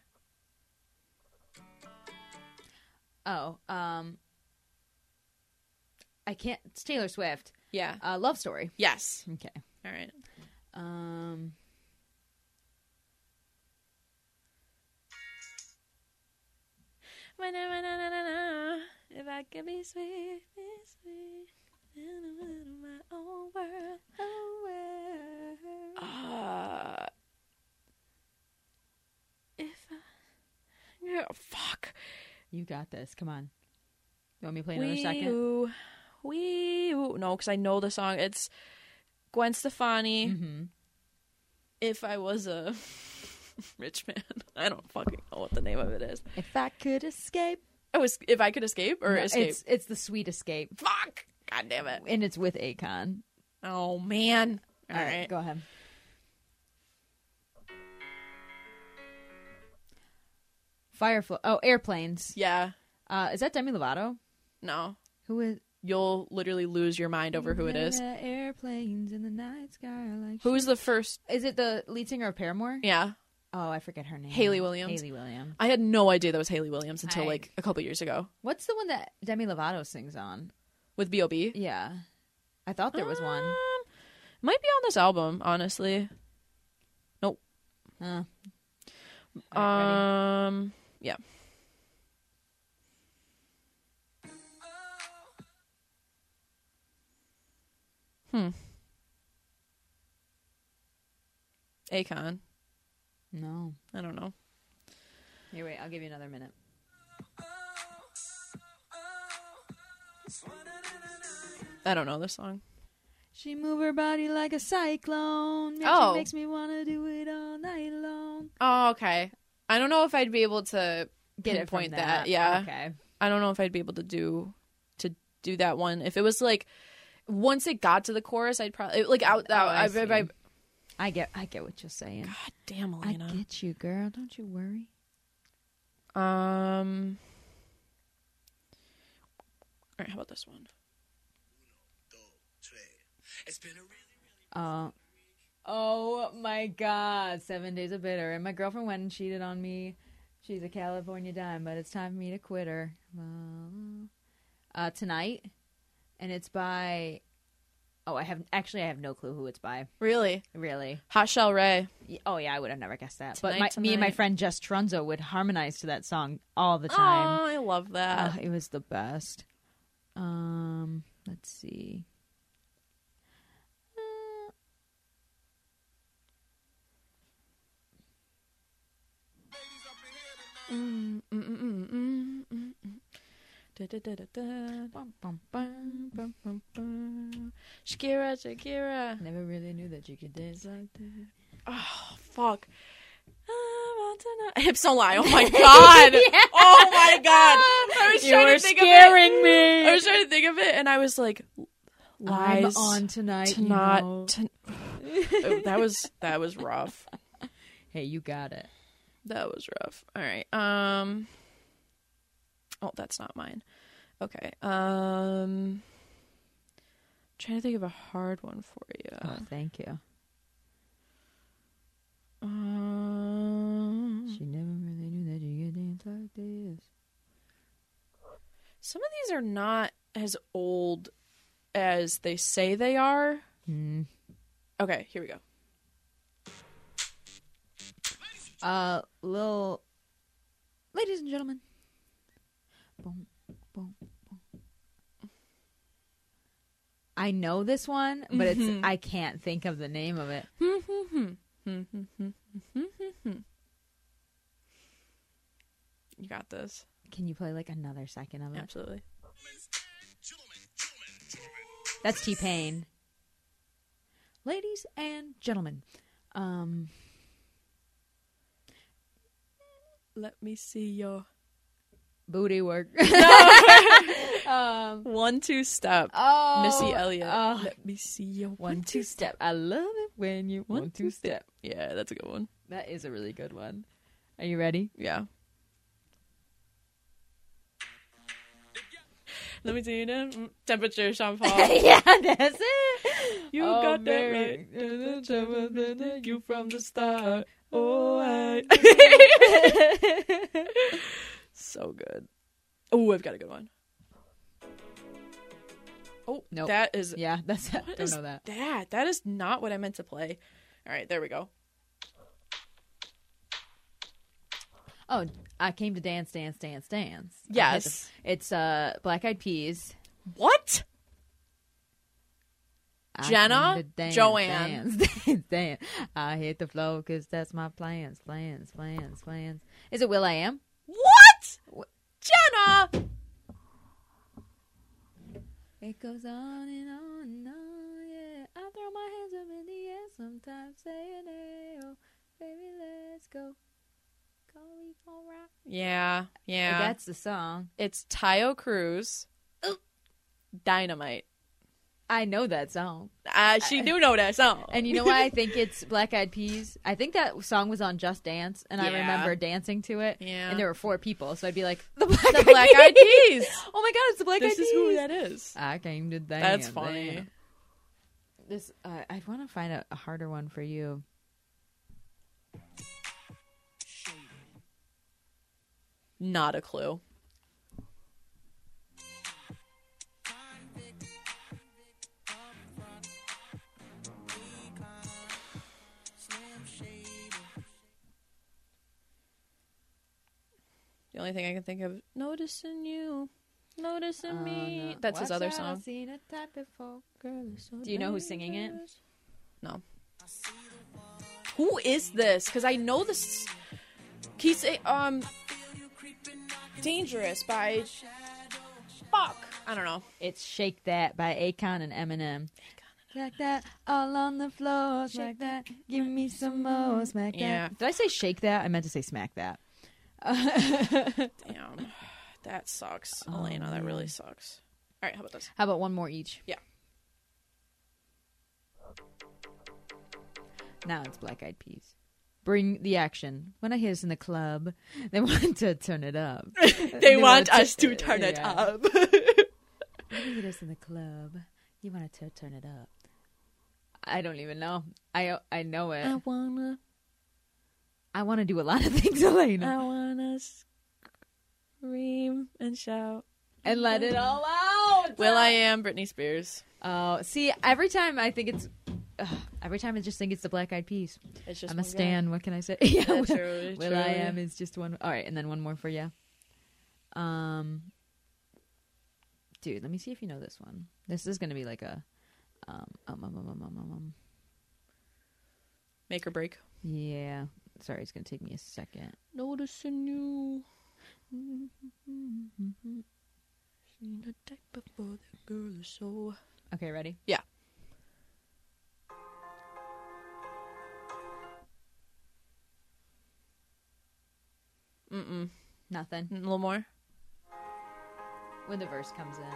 Speaker 2: Oh, um, I can't. It's Taylor Swift.
Speaker 1: Yeah.
Speaker 2: Uh, love story.
Speaker 1: Yes.
Speaker 2: Okay.
Speaker 1: All right.
Speaker 2: Um.
Speaker 1: If I could be sweet, be sweet in my own world. Uh, if I, yeah, fuck.
Speaker 2: You got this. Come on. You want me to play another second?
Speaker 1: Wee-oo, wee-oo. No, because I know the song. It's Gwen Stefani.
Speaker 2: Mm-hmm.
Speaker 1: If I was a <laughs> rich man, I don't fucking know what the name of it is.
Speaker 2: If I could escape,
Speaker 1: It was if I could escape or
Speaker 2: No,
Speaker 1: escape.
Speaker 2: It's it's the sweet escape,
Speaker 1: Fuck. God damn it.
Speaker 2: and it's with Akon.
Speaker 1: Oh man. All right.
Speaker 2: go ahead. Firefly. Oh, airplanes.
Speaker 1: Yeah.
Speaker 2: Uh, is that Demi Lovato?
Speaker 1: No.
Speaker 2: Who is
Speaker 1: You'll literally lose your mind over who it is.
Speaker 2: Airplanes in the night sky. are Like
Speaker 1: Who's the first?
Speaker 2: is it? The lead singer of Paramore?
Speaker 1: Yeah.
Speaker 2: Oh, I forget her name.
Speaker 1: Hayley Williams.
Speaker 2: Haley Williams.
Speaker 1: I had no idea that was Haley Williams until
Speaker 2: I-
Speaker 1: like a couple years ago
Speaker 2: What's the one that Demi Lovato sings on?
Speaker 1: with B.O.B.
Speaker 2: Yeah, I thought there was one.
Speaker 1: Um, might be on this album, honestly.
Speaker 2: Huh. All right, Ah. ready?
Speaker 1: Um, yeah. Hmm. Akon.
Speaker 2: no.
Speaker 1: I don't know.
Speaker 2: Here, wait. I'll give you another minute.
Speaker 1: I don't know this song.
Speaker 2: She move her body like a cyclone. She
Speaker 1: Oh.
Speaker 2: makes me wanna do it all night long.
Speaker 1: Oh, okay. I don't know if I'd be able to
Speaker 2: Get it
Speaker 1: Pinpoint
Speaker 2: from
Speaker 1: that, yeah.
Speaker 2: Okay.
Speaker 1: I don't know if I'd be able to do to do that one. If it was like once it got to the chorus, I'd probably like out.
Speaker 2: Oh,
Speaker 1: out
Speaker 2: I
Speaker 1: I,
Speaker 2: see.
Speaker 1: I, I, God
Speaker 2: I get I get what you're saying.
Speaker 1: damn,
Speaker 2: I
Speaker 1: Elena.
Speaker 2: get you, girl. Don't you worry.
Speaker 1: Um. All right, how about this one?
Speaker 2: Uh Oh my god. Seven days of bitter. And my girlfriend went and cheated on me. She's a California dime, but it's time for me to quit her. Uh, tonight. And it's by Oh, I have actually I have no clue who it's by.
Speaker 1: Really,
Speaker 2: Really.
Speaker 1: Hot Shell Ray.
Speaker 2: Y- Oh yeah, I would have never guessed that.
Speaker 1: Tonight,
Speaker 2: but my, me and my
Speaker 1: tonight.
Speaker 2: friend Jess Trunzo would harmonize to that song all the
Speaker 1: Oh,
Speaker 2: time.
Speaker 1: I love that.
Speaker 2: Oh, it was the best. Um, let's see. Uh,
Speaker 1: Mm, mm, mm, mm, mm, mm, mm. Da-da-da-da-da.
Speaker 2: bum, bum, bum, bum.
Speaker 1: Shakira, Shakira.
Speaker 2: Never really knew that you could dance like that.
Speaker 1: Oh fuck. <laughs> Hips don't lie. Oh my <laughs> god. Oh my god. <laughs> I was
Speaker 2: You
Speaker 1: trying
Speaker 2: were
Speaker 1: to think of
Speaker 2: scaring
Speaker 1: it.
Speaker 2: me.
Speaker 1: I was trying to think of it, and I was like,
Speaker 2: I'm
Speaker 1: lies
Speaker 2: on tonight.
Speaker 1: to
Speaker 2: you
Speaker 1: not.
Speaker 2: know.
Speaker 1: to- Oh, <laughs> that was that was rough.
Speaker 2: hey, you got it.
Speaker 1: That was rough. All right. Um. Oh, that's not mine. Okay. Um. Trying to think of a hard one for
Speaker 2: Oh,
Speaker 1: you.
Speaker 2: thank you.
Speaker 1: Um.
Speaker 2: She never really knew that you could dance like this.
Speaker 1: Some of these are not as old as they say they are.
Speaker 2: Hmm.
Speaker 1: Okay, here we go.
Speaker 2: Uh, little ladies and gentlemen. Boom, boom, boom. I know this one, but <laughs> it's I can't think of the name of it.
Speaker 1: You got this.
Speaker 2: Can you play like another second of it?
Speaker 1: Absolutely.
Speaker 2: That's T Pain. ladies and gentlemen. Um,
Speaker 1: Let me see your
Speaker 2: booty <laughs> work. <laughs> um,
Speaker 1: one two step.
Speaker 2: oh,
Speaker 1: Missy Elliott.
Speaker 2: oh,
Speaker 1: Let me see your
Speaker 2: one two step. I love it when you
Speaker 1: One,
Speaker 2: one two step.
Speaker 1: Yeah, that's a good one.
Speaker 2: That is a really good one. Are you ready?
Speaker 1: Yeah. Let me see the temperature, Sean Paul.
Speaker 2: <laughs> yeah, that's it.
Speaker 1: You got that right. you from the start. Oh, so good. Oh, I've got a good one. Oh, no.
Speaker 2: Nope.
Speaker 1: That is
Speaker 2: yeah, that's it.
Speaker 1: What
Speaker 2: Don't
Speaker 1: is
Speaker 2: know that.
Speaker 1: that? That is not what I meant to play. All right, there we go.
Speaker 2: Oh, I came to dance, dance, dance, dance. I had
Speaker 1: Yes.
Speaker 2: to- it's uh Black Eyed Peas.
Speaker 1: What?
Speaker 2: I
Speaker 1: Jenna?
Speaker 2: came to dance,
Speaker 1: Joanne.
Speaker 2: Dance, <laughs> dance, dance. I hit the flow because that's my plans, plans, plans, plans. Is it Will I Am?
Speaker 1: What? Jenna!
Speaker 2: It goes on and on and on, yeah. I throw my hands up in the air sometimes, saying, hey, oh, baby, let's go. Go, we gon' rock.
Speaker 1: Yeah, yeah.
Speaker 2: That's the song.
Speaker 1: It's Tayo Cruz. Dynamite.
Speaker 2: I know that song.
Speaker 1: Uh, she do know that song. <laughs>
Speaker 2: And you know <laughs> why I think it's Black Eyed Peas? I think that song was on Just Dance, and I
Speaker 1: Yeah.
Speaker 2: remember dancing to it.
Speaker 1: Yeah.
Speaker 2: And there were four people, so I'd be like, <laughs> the Black,
Speaker 1: the Black Eyed Peas.
Speaker 2: oh my God, it's the Black
Speaker 1: this
Speaker 2: Eyed
Speaker 1: is
Speaker 2: Peas.
Speaker 1: who that is.
Speaker 2: I came to dance.
Speaker 1: That's funny.
Speaker 2: dance. This uh, I want to find a, a harder one for you.
Speaker 1: Not a clue. The only thing I can think of, noticing you, noticing
Speaker 2: Oh,
Speaker 1: me.
Speaker 2: no.
Speaker 1: That's his
Speaker 2: Watch
Speaker 1: other
Speaker 2: out, I've
Speaker 1: song.
Speaker 2: seen a type before, girl, it's so
Speaker 1: Do you know who's singing it?
Speaker 2: dangerous.
Speaker 1: No. Who is this? Because I know this. He's a, um, dangerous by. Fuck. I don't know.
Speaker 2: It's "Shake That" by Akon and Eminem. Like that, all on the floor, like that. Give me some more, smack
Speaker 1: Yeah.
Speaker 2: that. Did I say shake that? I meant to say smack that.
Speaker 1: Damn, <sighs> that sucks, Elena. That really sucks. All right, how about this?
Speaker 2: How about one more each?
Speaker 1: Yeah.
Speaker 2: Now it's Black Eyed Peas. Bring the action. When I hear this in the club, they <laughs> want to turn it up.
Speaker 1: They,
Speaker 2: want
Speaker 1: want
Speaker 2: to-
Speaker 1: us to turn it <laughs>
Speaker 2: yeah.
Speaker 1: up.
Speaker 2: When you hear this in the club, you want to turn it up. I don't even know. I I know it. I,
Speaker 1: wanna,
Speaker 2: want to Oh. do a lot of <laughs> things, Elena,
Speaker 1: wanna scream and shout.
Speaker 2: and let it all out.
Speaker 1: Will I am Britney Spears.
Speaker 2: Oh, see, every time I think it's. Ugh, every time I just think it's the Black Eyed Peas.
Speaker 1: It's just
Speaker 2: I'm
Speaker 1: one
Speaker 2: a
Speaker 1: guy.
Speaker 2: stan. What can I say? <laughs> yeah,
Speaker 1: <laughs> Yeah,
Speaker 2: Will,
Speaker 1: truly,
Speaker 2: Will I
Speaker 1: truly.
Speaker 2: am is just one. All right, and then one more for you. Um, dude, let me see if you know this one. This is gonna be like a, um, um, um, um, um, um, um, um.
Speaker 1: Make or break.
Speaker 2: Yeah. Sorry, it's gonna take me a second.
Speaker 1: Noticing you. Seen a type before that girl is so.
Speaker 2: Okay, ready?
Speaker 1: Yeah. Mm-mm.
Speaker 2: Nothing.
Speaker 1: A little more.
Speaker 2: When the verse comes in.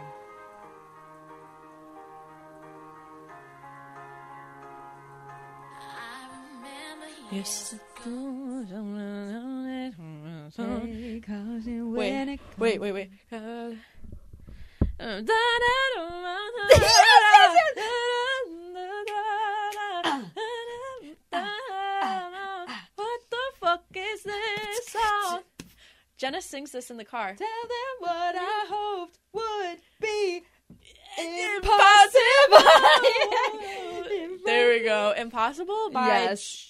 Speaker 1: Yes.
Speaker 2: Wait.
Speaker 1: Wait, wait, wait. God. What the fuck is this song? Jenna sings this in the car.
Speaker 2: Tell them what I hoped would be
Speaker 1: Impossible. There we go. Impossible by
Speaker 2: <laughs> Yes.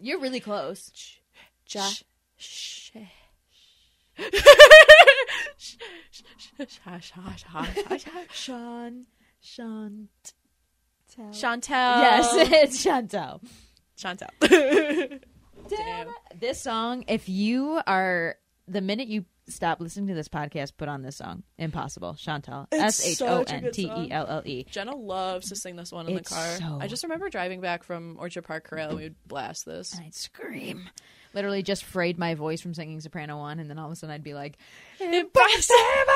Speaker 2: You're really close.
Speaker 1: Josh. Sh- sh- sh- sh- sh- sh-
Speaker 2: Sean, Sean,
Speaker 1: Chantel.
Speaker 2: Yes, <laughs> it's Chantel.
Speaker 1: Chantel.
Speaker 2: Damn. This song, if you are the minute you stop listening to this podcast, put on this song. Impossible. Chantel. S H O N T E L L E.
Speaker 1: Jenna loves to sing this one in
Speaker 2: It's
Speaker 1: the car.
Speaker 2: so-
Speaker 1: I just remember driving back from Orchard Park Corral and we would blast this.
Speaker 2: And I'd scream. Literally just frayed my voice from singing Soprano 1, and then all of a sudden I'd be like,
Speaker 1: Impossible!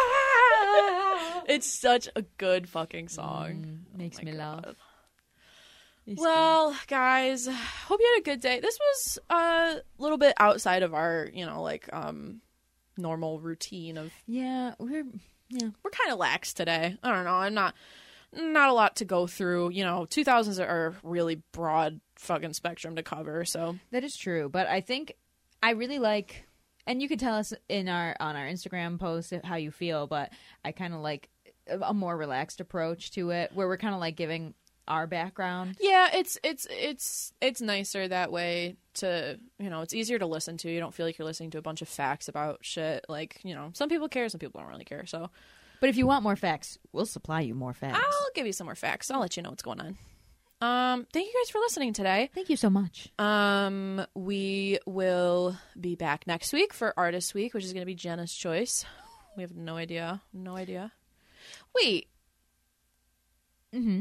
Speaker 1: it's such a good fucking song.
Speaker 2: makes
Speaker 1: Oh My
Speaker 2: me
Speaker 1: God.
Speaker 2: laugh. You scream.
Speaker 1: Well, guys, hope you had a good day. This was a little bit outside of our, you know, like um normal routine of
Speaker 2: yeah, we're. Yeah.
Speaker 1: we're kind of lax today. I don't know. I'm not not a lot to go through. You know, 2000s are a really broad fucking spectrum to cover. So
Speaker 2: That is true, but I think I really like, and you could tell us in our on our Instagram post how you feel. But I kind of like a a more relaxed approach to it, where we're kind of like giving our background.
Speaker 1: yeah, it's it's it's it's nicer that way. To you know, it's easier to listen to. You don't feel like you're listening to a bunch of facts about shit. Like you know, some people care, some people don't really care. So
Speaker 2: But if you want more facts, we'll supply you more facts.
Speaker 1: I'll give you some more facts. I'll let you know what's going on. Um, thank you guys for listening today.
Speaker 2: Thank you so much.
Speaker 1: Um, we will be back next week for Artist Week, which is going to be Jenna's choice. We have no idea. No idea. Wait, Mm-hmm.
Speaker 2: hmm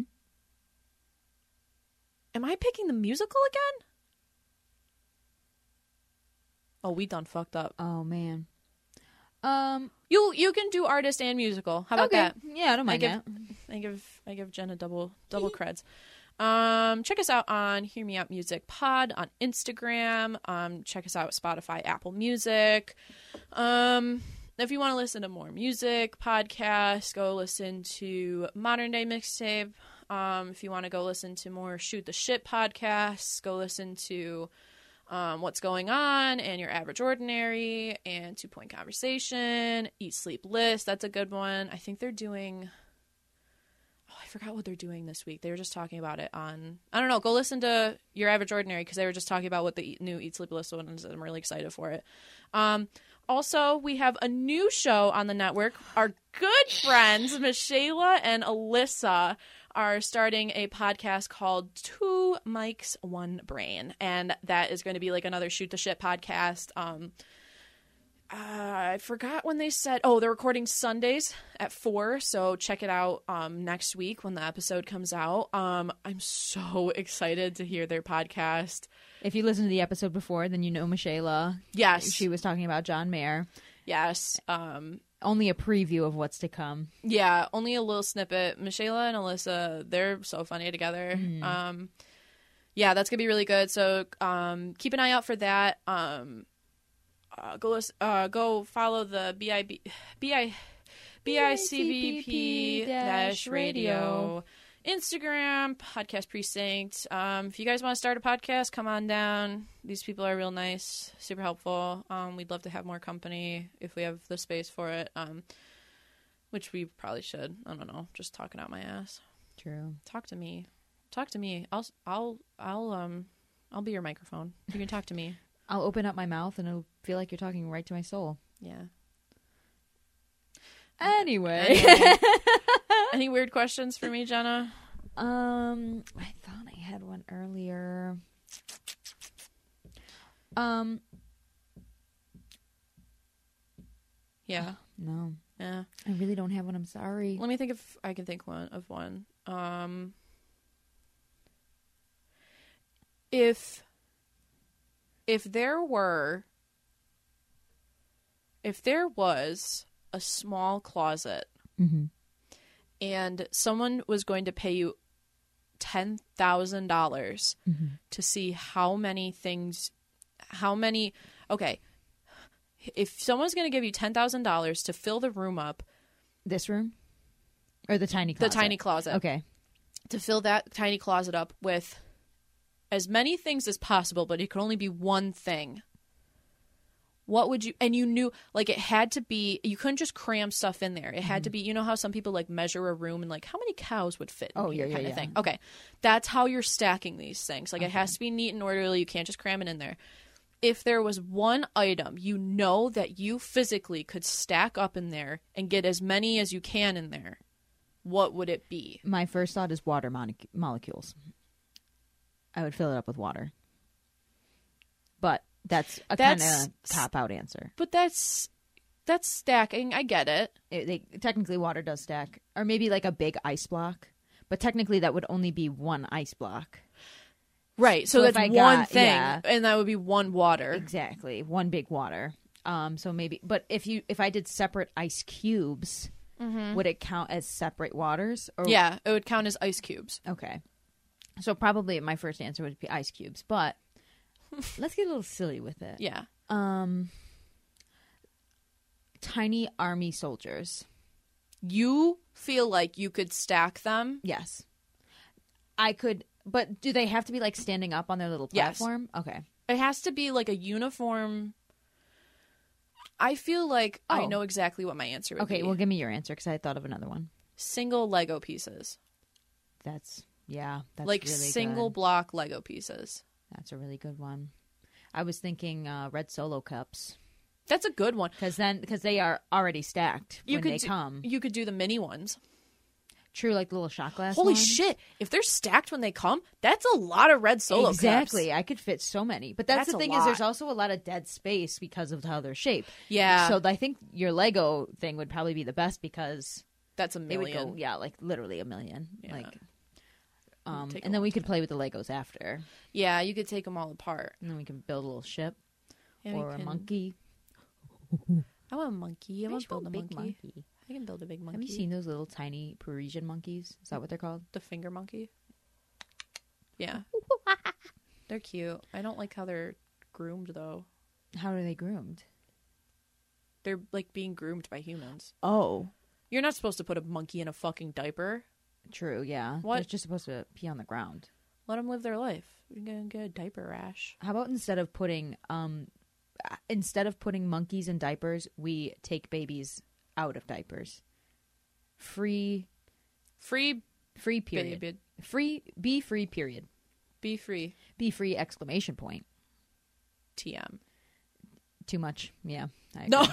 Speaker 1: am I picking the musical again? Oh, we done fucked up.
Speaker 2: Oh man. Um.
Speaker 1: You you can do artist and musical. How about
Speaker 2: okay.
Speaker 1: that?
Speaker 2: Yeah, I don't mind
Speaker 1: give-
Speaker 2: that.
Speaker 1: I give I give Jenna double double creds. Um, check us out on Hear Me Out Music Pod on Instagram. Um, check us out at Spotify, Apple Music. Um, if you want to listen to more music podcasts, go listen to Modern Day Mixtape. Um, if you want to go listen to more Shoot the Shit podcasts, go listen to um, What's Going On and Your Average Ordinary and Two Point Conversation, Eat Sleep List. That's a good one. I think they're doing oh, I forgot what they're doing this week. They were just talking about it on. I don't know. Go listen to Your Average Ordinary because they were just talking about what the Eat- new Eat Sleep List one is. and I'm really excited for it. Um, also, we have a new show on the network. Our good friends, Michaela and Alyssa, are starting a podcast called Two Mics, One Brain. And that is going to be like another shoot the shit podcast. Um, uh, I forgot when they said, oh, they're recording Sundays at four. So check it out um, next week when the episode comes out. Um, I'm so <laughs> excited to hear their podcast.
Speaker 2: If you listened to the episode before, then you know Michaela.
Speaker 1: Yes.
Speaker 2: She was talking about John Mayer.
Speaker 1: Yes. Um,
Speaker 2: Only a preview of what's to come.
Speaker 1: yeah, only a little snippet. Michaela and Alyssa, they're so funny together. Um, yeah, that's going to be really good. So um, keep an eye out for that. Um, uh, go, lis- uh, go follow the BIB. BI- BICBP dash radio, Instagram, Podcast Precinct. Um, if you guys want to start a podcast, come on down. These people are real nice, super helpful. Um, we'd love to have more company if we have the space for it, um, which we probably should. I don't know, just talking out my ass.
Speaker 2: True.
Speaker 1: Talk to me, talk to me. I'll, I'll, I'll, um, I'll be your microphone. You can talk to me.
Speaker 2: I'll open up my mouth and it'll feel like you're talking right to my soul.
Speaker 1: Yeah.
Speaker 2: Anyway,
Speaker 1: Anyway. Any weird questions for me, Jenna?
Speaker 2: <laughs> um, I thought I had one earlier. Um,
Speaker 1: Yeah.
Speaker 2: no,
Speaker 1: Yeah.
Speaker 2: I really don't have one. I'm sorry.
Speaker 1: Let me think if I can think one of one. Um, if if there were if there was a small closet
Speaker 2: Mm-hmm.
Speaker 1: and someone was going to pay you ten thousand dollars
Speaker 2: Mhm.
Speaker 1: to see how many things how many okay if someone's going to give you ten thousand dollars to fill the room up
Speaker 2: This room or the tiny
Speaker 1: the
Speaker 2: closet?
Speaker 1: tiny closet
Speaker 2: Okay.
Speaker 1: to fill that tiny closet up with as many things as possible, but it could only be one thing. What would you and you knew like it had to be you couldn't just cram stuff in there. It had
Speaker 2: Mm-hmm.
Speaker 1: to be you know how some people like measure a room and like how many cows would fit in
Speaker 2: Oh,
Speaker 1: here
Speaker 2: yeah, yeah,
Speaker 1: kind of
Speaker 2: yeah.
Speaker 1: thing. Okay. That's how you're stacking these things. Like it has to be neat and orderly. You can't just cram it in there. If there was one item you know that you physically could stack up in there and get as many as you can in there, what would it be?
Speaker 2: My first thought is water monoc- molecules. I would fill it up with water, but that's a kind
Speaker 1: That's-
Speaker 2: of cop out answer.
Speaker 1: But that's that's stacking. I get it.
Speaker 2: It, they, technically, water does stack, or maybe like a big ice block, but technically that would only be one ice block.
Speaker 1: Right. So,
Speaker 2: So if
Speaker 1: that's
Speaker 2: I
Speaker 1: one
Speaker 2: got-
Speaker 1: thing,
Speaker 2: yeah.
Speaker 1: and that would be one water.
Speaker 2: Exactly, one big water. Um, so maybe, but if you if I did separate ice cubes, would it count as separate waters? Or
Speaker 1: Mm-hmm. Yeah, it would count as ice cubes.
Speaker 2: Okay. So probably my first answer would be ice cubes, but
Speaker 1: <laughs>
Speaker 2: let's get a little silly with it.
Speaker 1: Yeah.
Speaker 2: Um tiny army soldiers.
Speaker 1: You feel like you could stack them.
Speaker 2: Yes. I could but do they have to be like standing up on their little
Speaker 1: Yes.
Speaker 2: platform? Okay.
Speaker 1: It has to be like a uniform. I feel like I
Speaker 2: Oh.
Speaker 1: know exactly what my answer would
Speaker 2: Okay,
Speaker 1: be.
Speaker 2: well give me your answer cuz I thought of another one.
Speaker 1: single Lego pieces,
Speaker 2: That's yeah, that's
Speaker 1: like
Speaker 2: really
Speaker 1: single
Speaker 2: good.
Speaker 1: block Lego pieces.
Speaker 2: That's a really good one. I was thinking uh, red solo cups
Speaker 1: That's a good one.
Speaker 2: cuz then cuz they are already stacked
Speaker 1: You
Speaker 2: when
Speaker 1: could
Speaker 2: they
Speaker 1: do,
Speaker 2: come.
Speaker 1: You could do the mini ones.
Speaker 2: True like the little shot glass
Speaker 1: Holy
Speaker 2: ones.
Speaker 1: shit! If they're stacked when they come, that's a lot of red solo cups.
Speaker 2: exactly i could fit so many but that's,
Speaker 1: That's
Speaker 2: the
Speaker 1: a
Speaker 2: thing is there's
Speaker 1: lot.
Speaker 2: also a lot of dead space because of how they're shaped
Speaker 1: Yeah.
Speaker 2: so i think your lego thing would probably be the best because
Speaker 1: That's a
Speaker 2: they
Speaker 1: million.
Speaker 2: would go yeah like literally a million
Speaker 1: Yeah.
Speaker 2: like um,
Speaker 1: take a
Speaker 2: and then
Speaker 1: long
Speaker 2: we could play with the legos after
Speaker 1: Yeah, you could take them all apart.
Speaker 2: and then we can build a little ship
Speaker 1: Yeah, we
Speaker 2: or a
Speaker 1: can-
Speaker 2: monkey
Speaker 1: I want a monkey. I
Speaker 2: I
Speaker 1: want to
Speaker 2: just want
Speaker 1: build a
Speaker 2: big
Speaker 1: monkey. I can build a big monkey.
Speaker 2: have you seen those little tiny parisian monkeys is that what they're called
Speaker 1: the finger monkey? Yeah. <laughs> they're cute. I don't like how they're groomed though.
Speaker 2: how are they groomed
Speaker 1: They're like being groomed by humans.
Speaker 2: oh
Speaker 1: You're not supposed to put a monkey in a fucking diaper.
Speaker 2: true yeah
Speaker 1: What?
Speaker 2: they're just supposed to pee on the ground
Speaker 1: Let them live their life. You're gonna get a diaper rash.
Speaker 2: How about instead of putting um instead of putting monkeys in diapers, we take babies out of diapers. Free
Speaker 1: Free
Speaker 2: free period.
Speaker 1: baby.
Speaker 2: Free be free period.
Speaker 1: Be free.
Speaker 2: Be free exclamation point.
Speaker 1: TM.
Speaker 2: Too much. Yeah. I agree.
Speaker 1: No,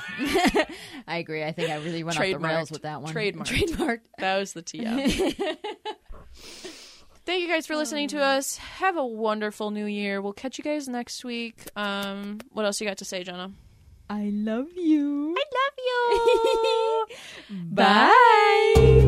Speaker 2: I agree. <laughs> I think I really went off the rails
Speaker 1: Trademarked.
Speaker 2: with that one.
Speaker 1: Trademarked.
Speaker 2: Trademarked.
Speaker 1: <laughs> that was the
Speaker 2: <laughs>
Speaker 1: TM. Thank you guys for listening
Speaker 2: Oh,
Speaker 1: to us. Have a wonderful new year. We'll catch you guys next week. Um, what else you got to say, Jenna?
Speaker 2: I love you.
Speaker 1: I love you.
Speaker 2: <laughs> Bye.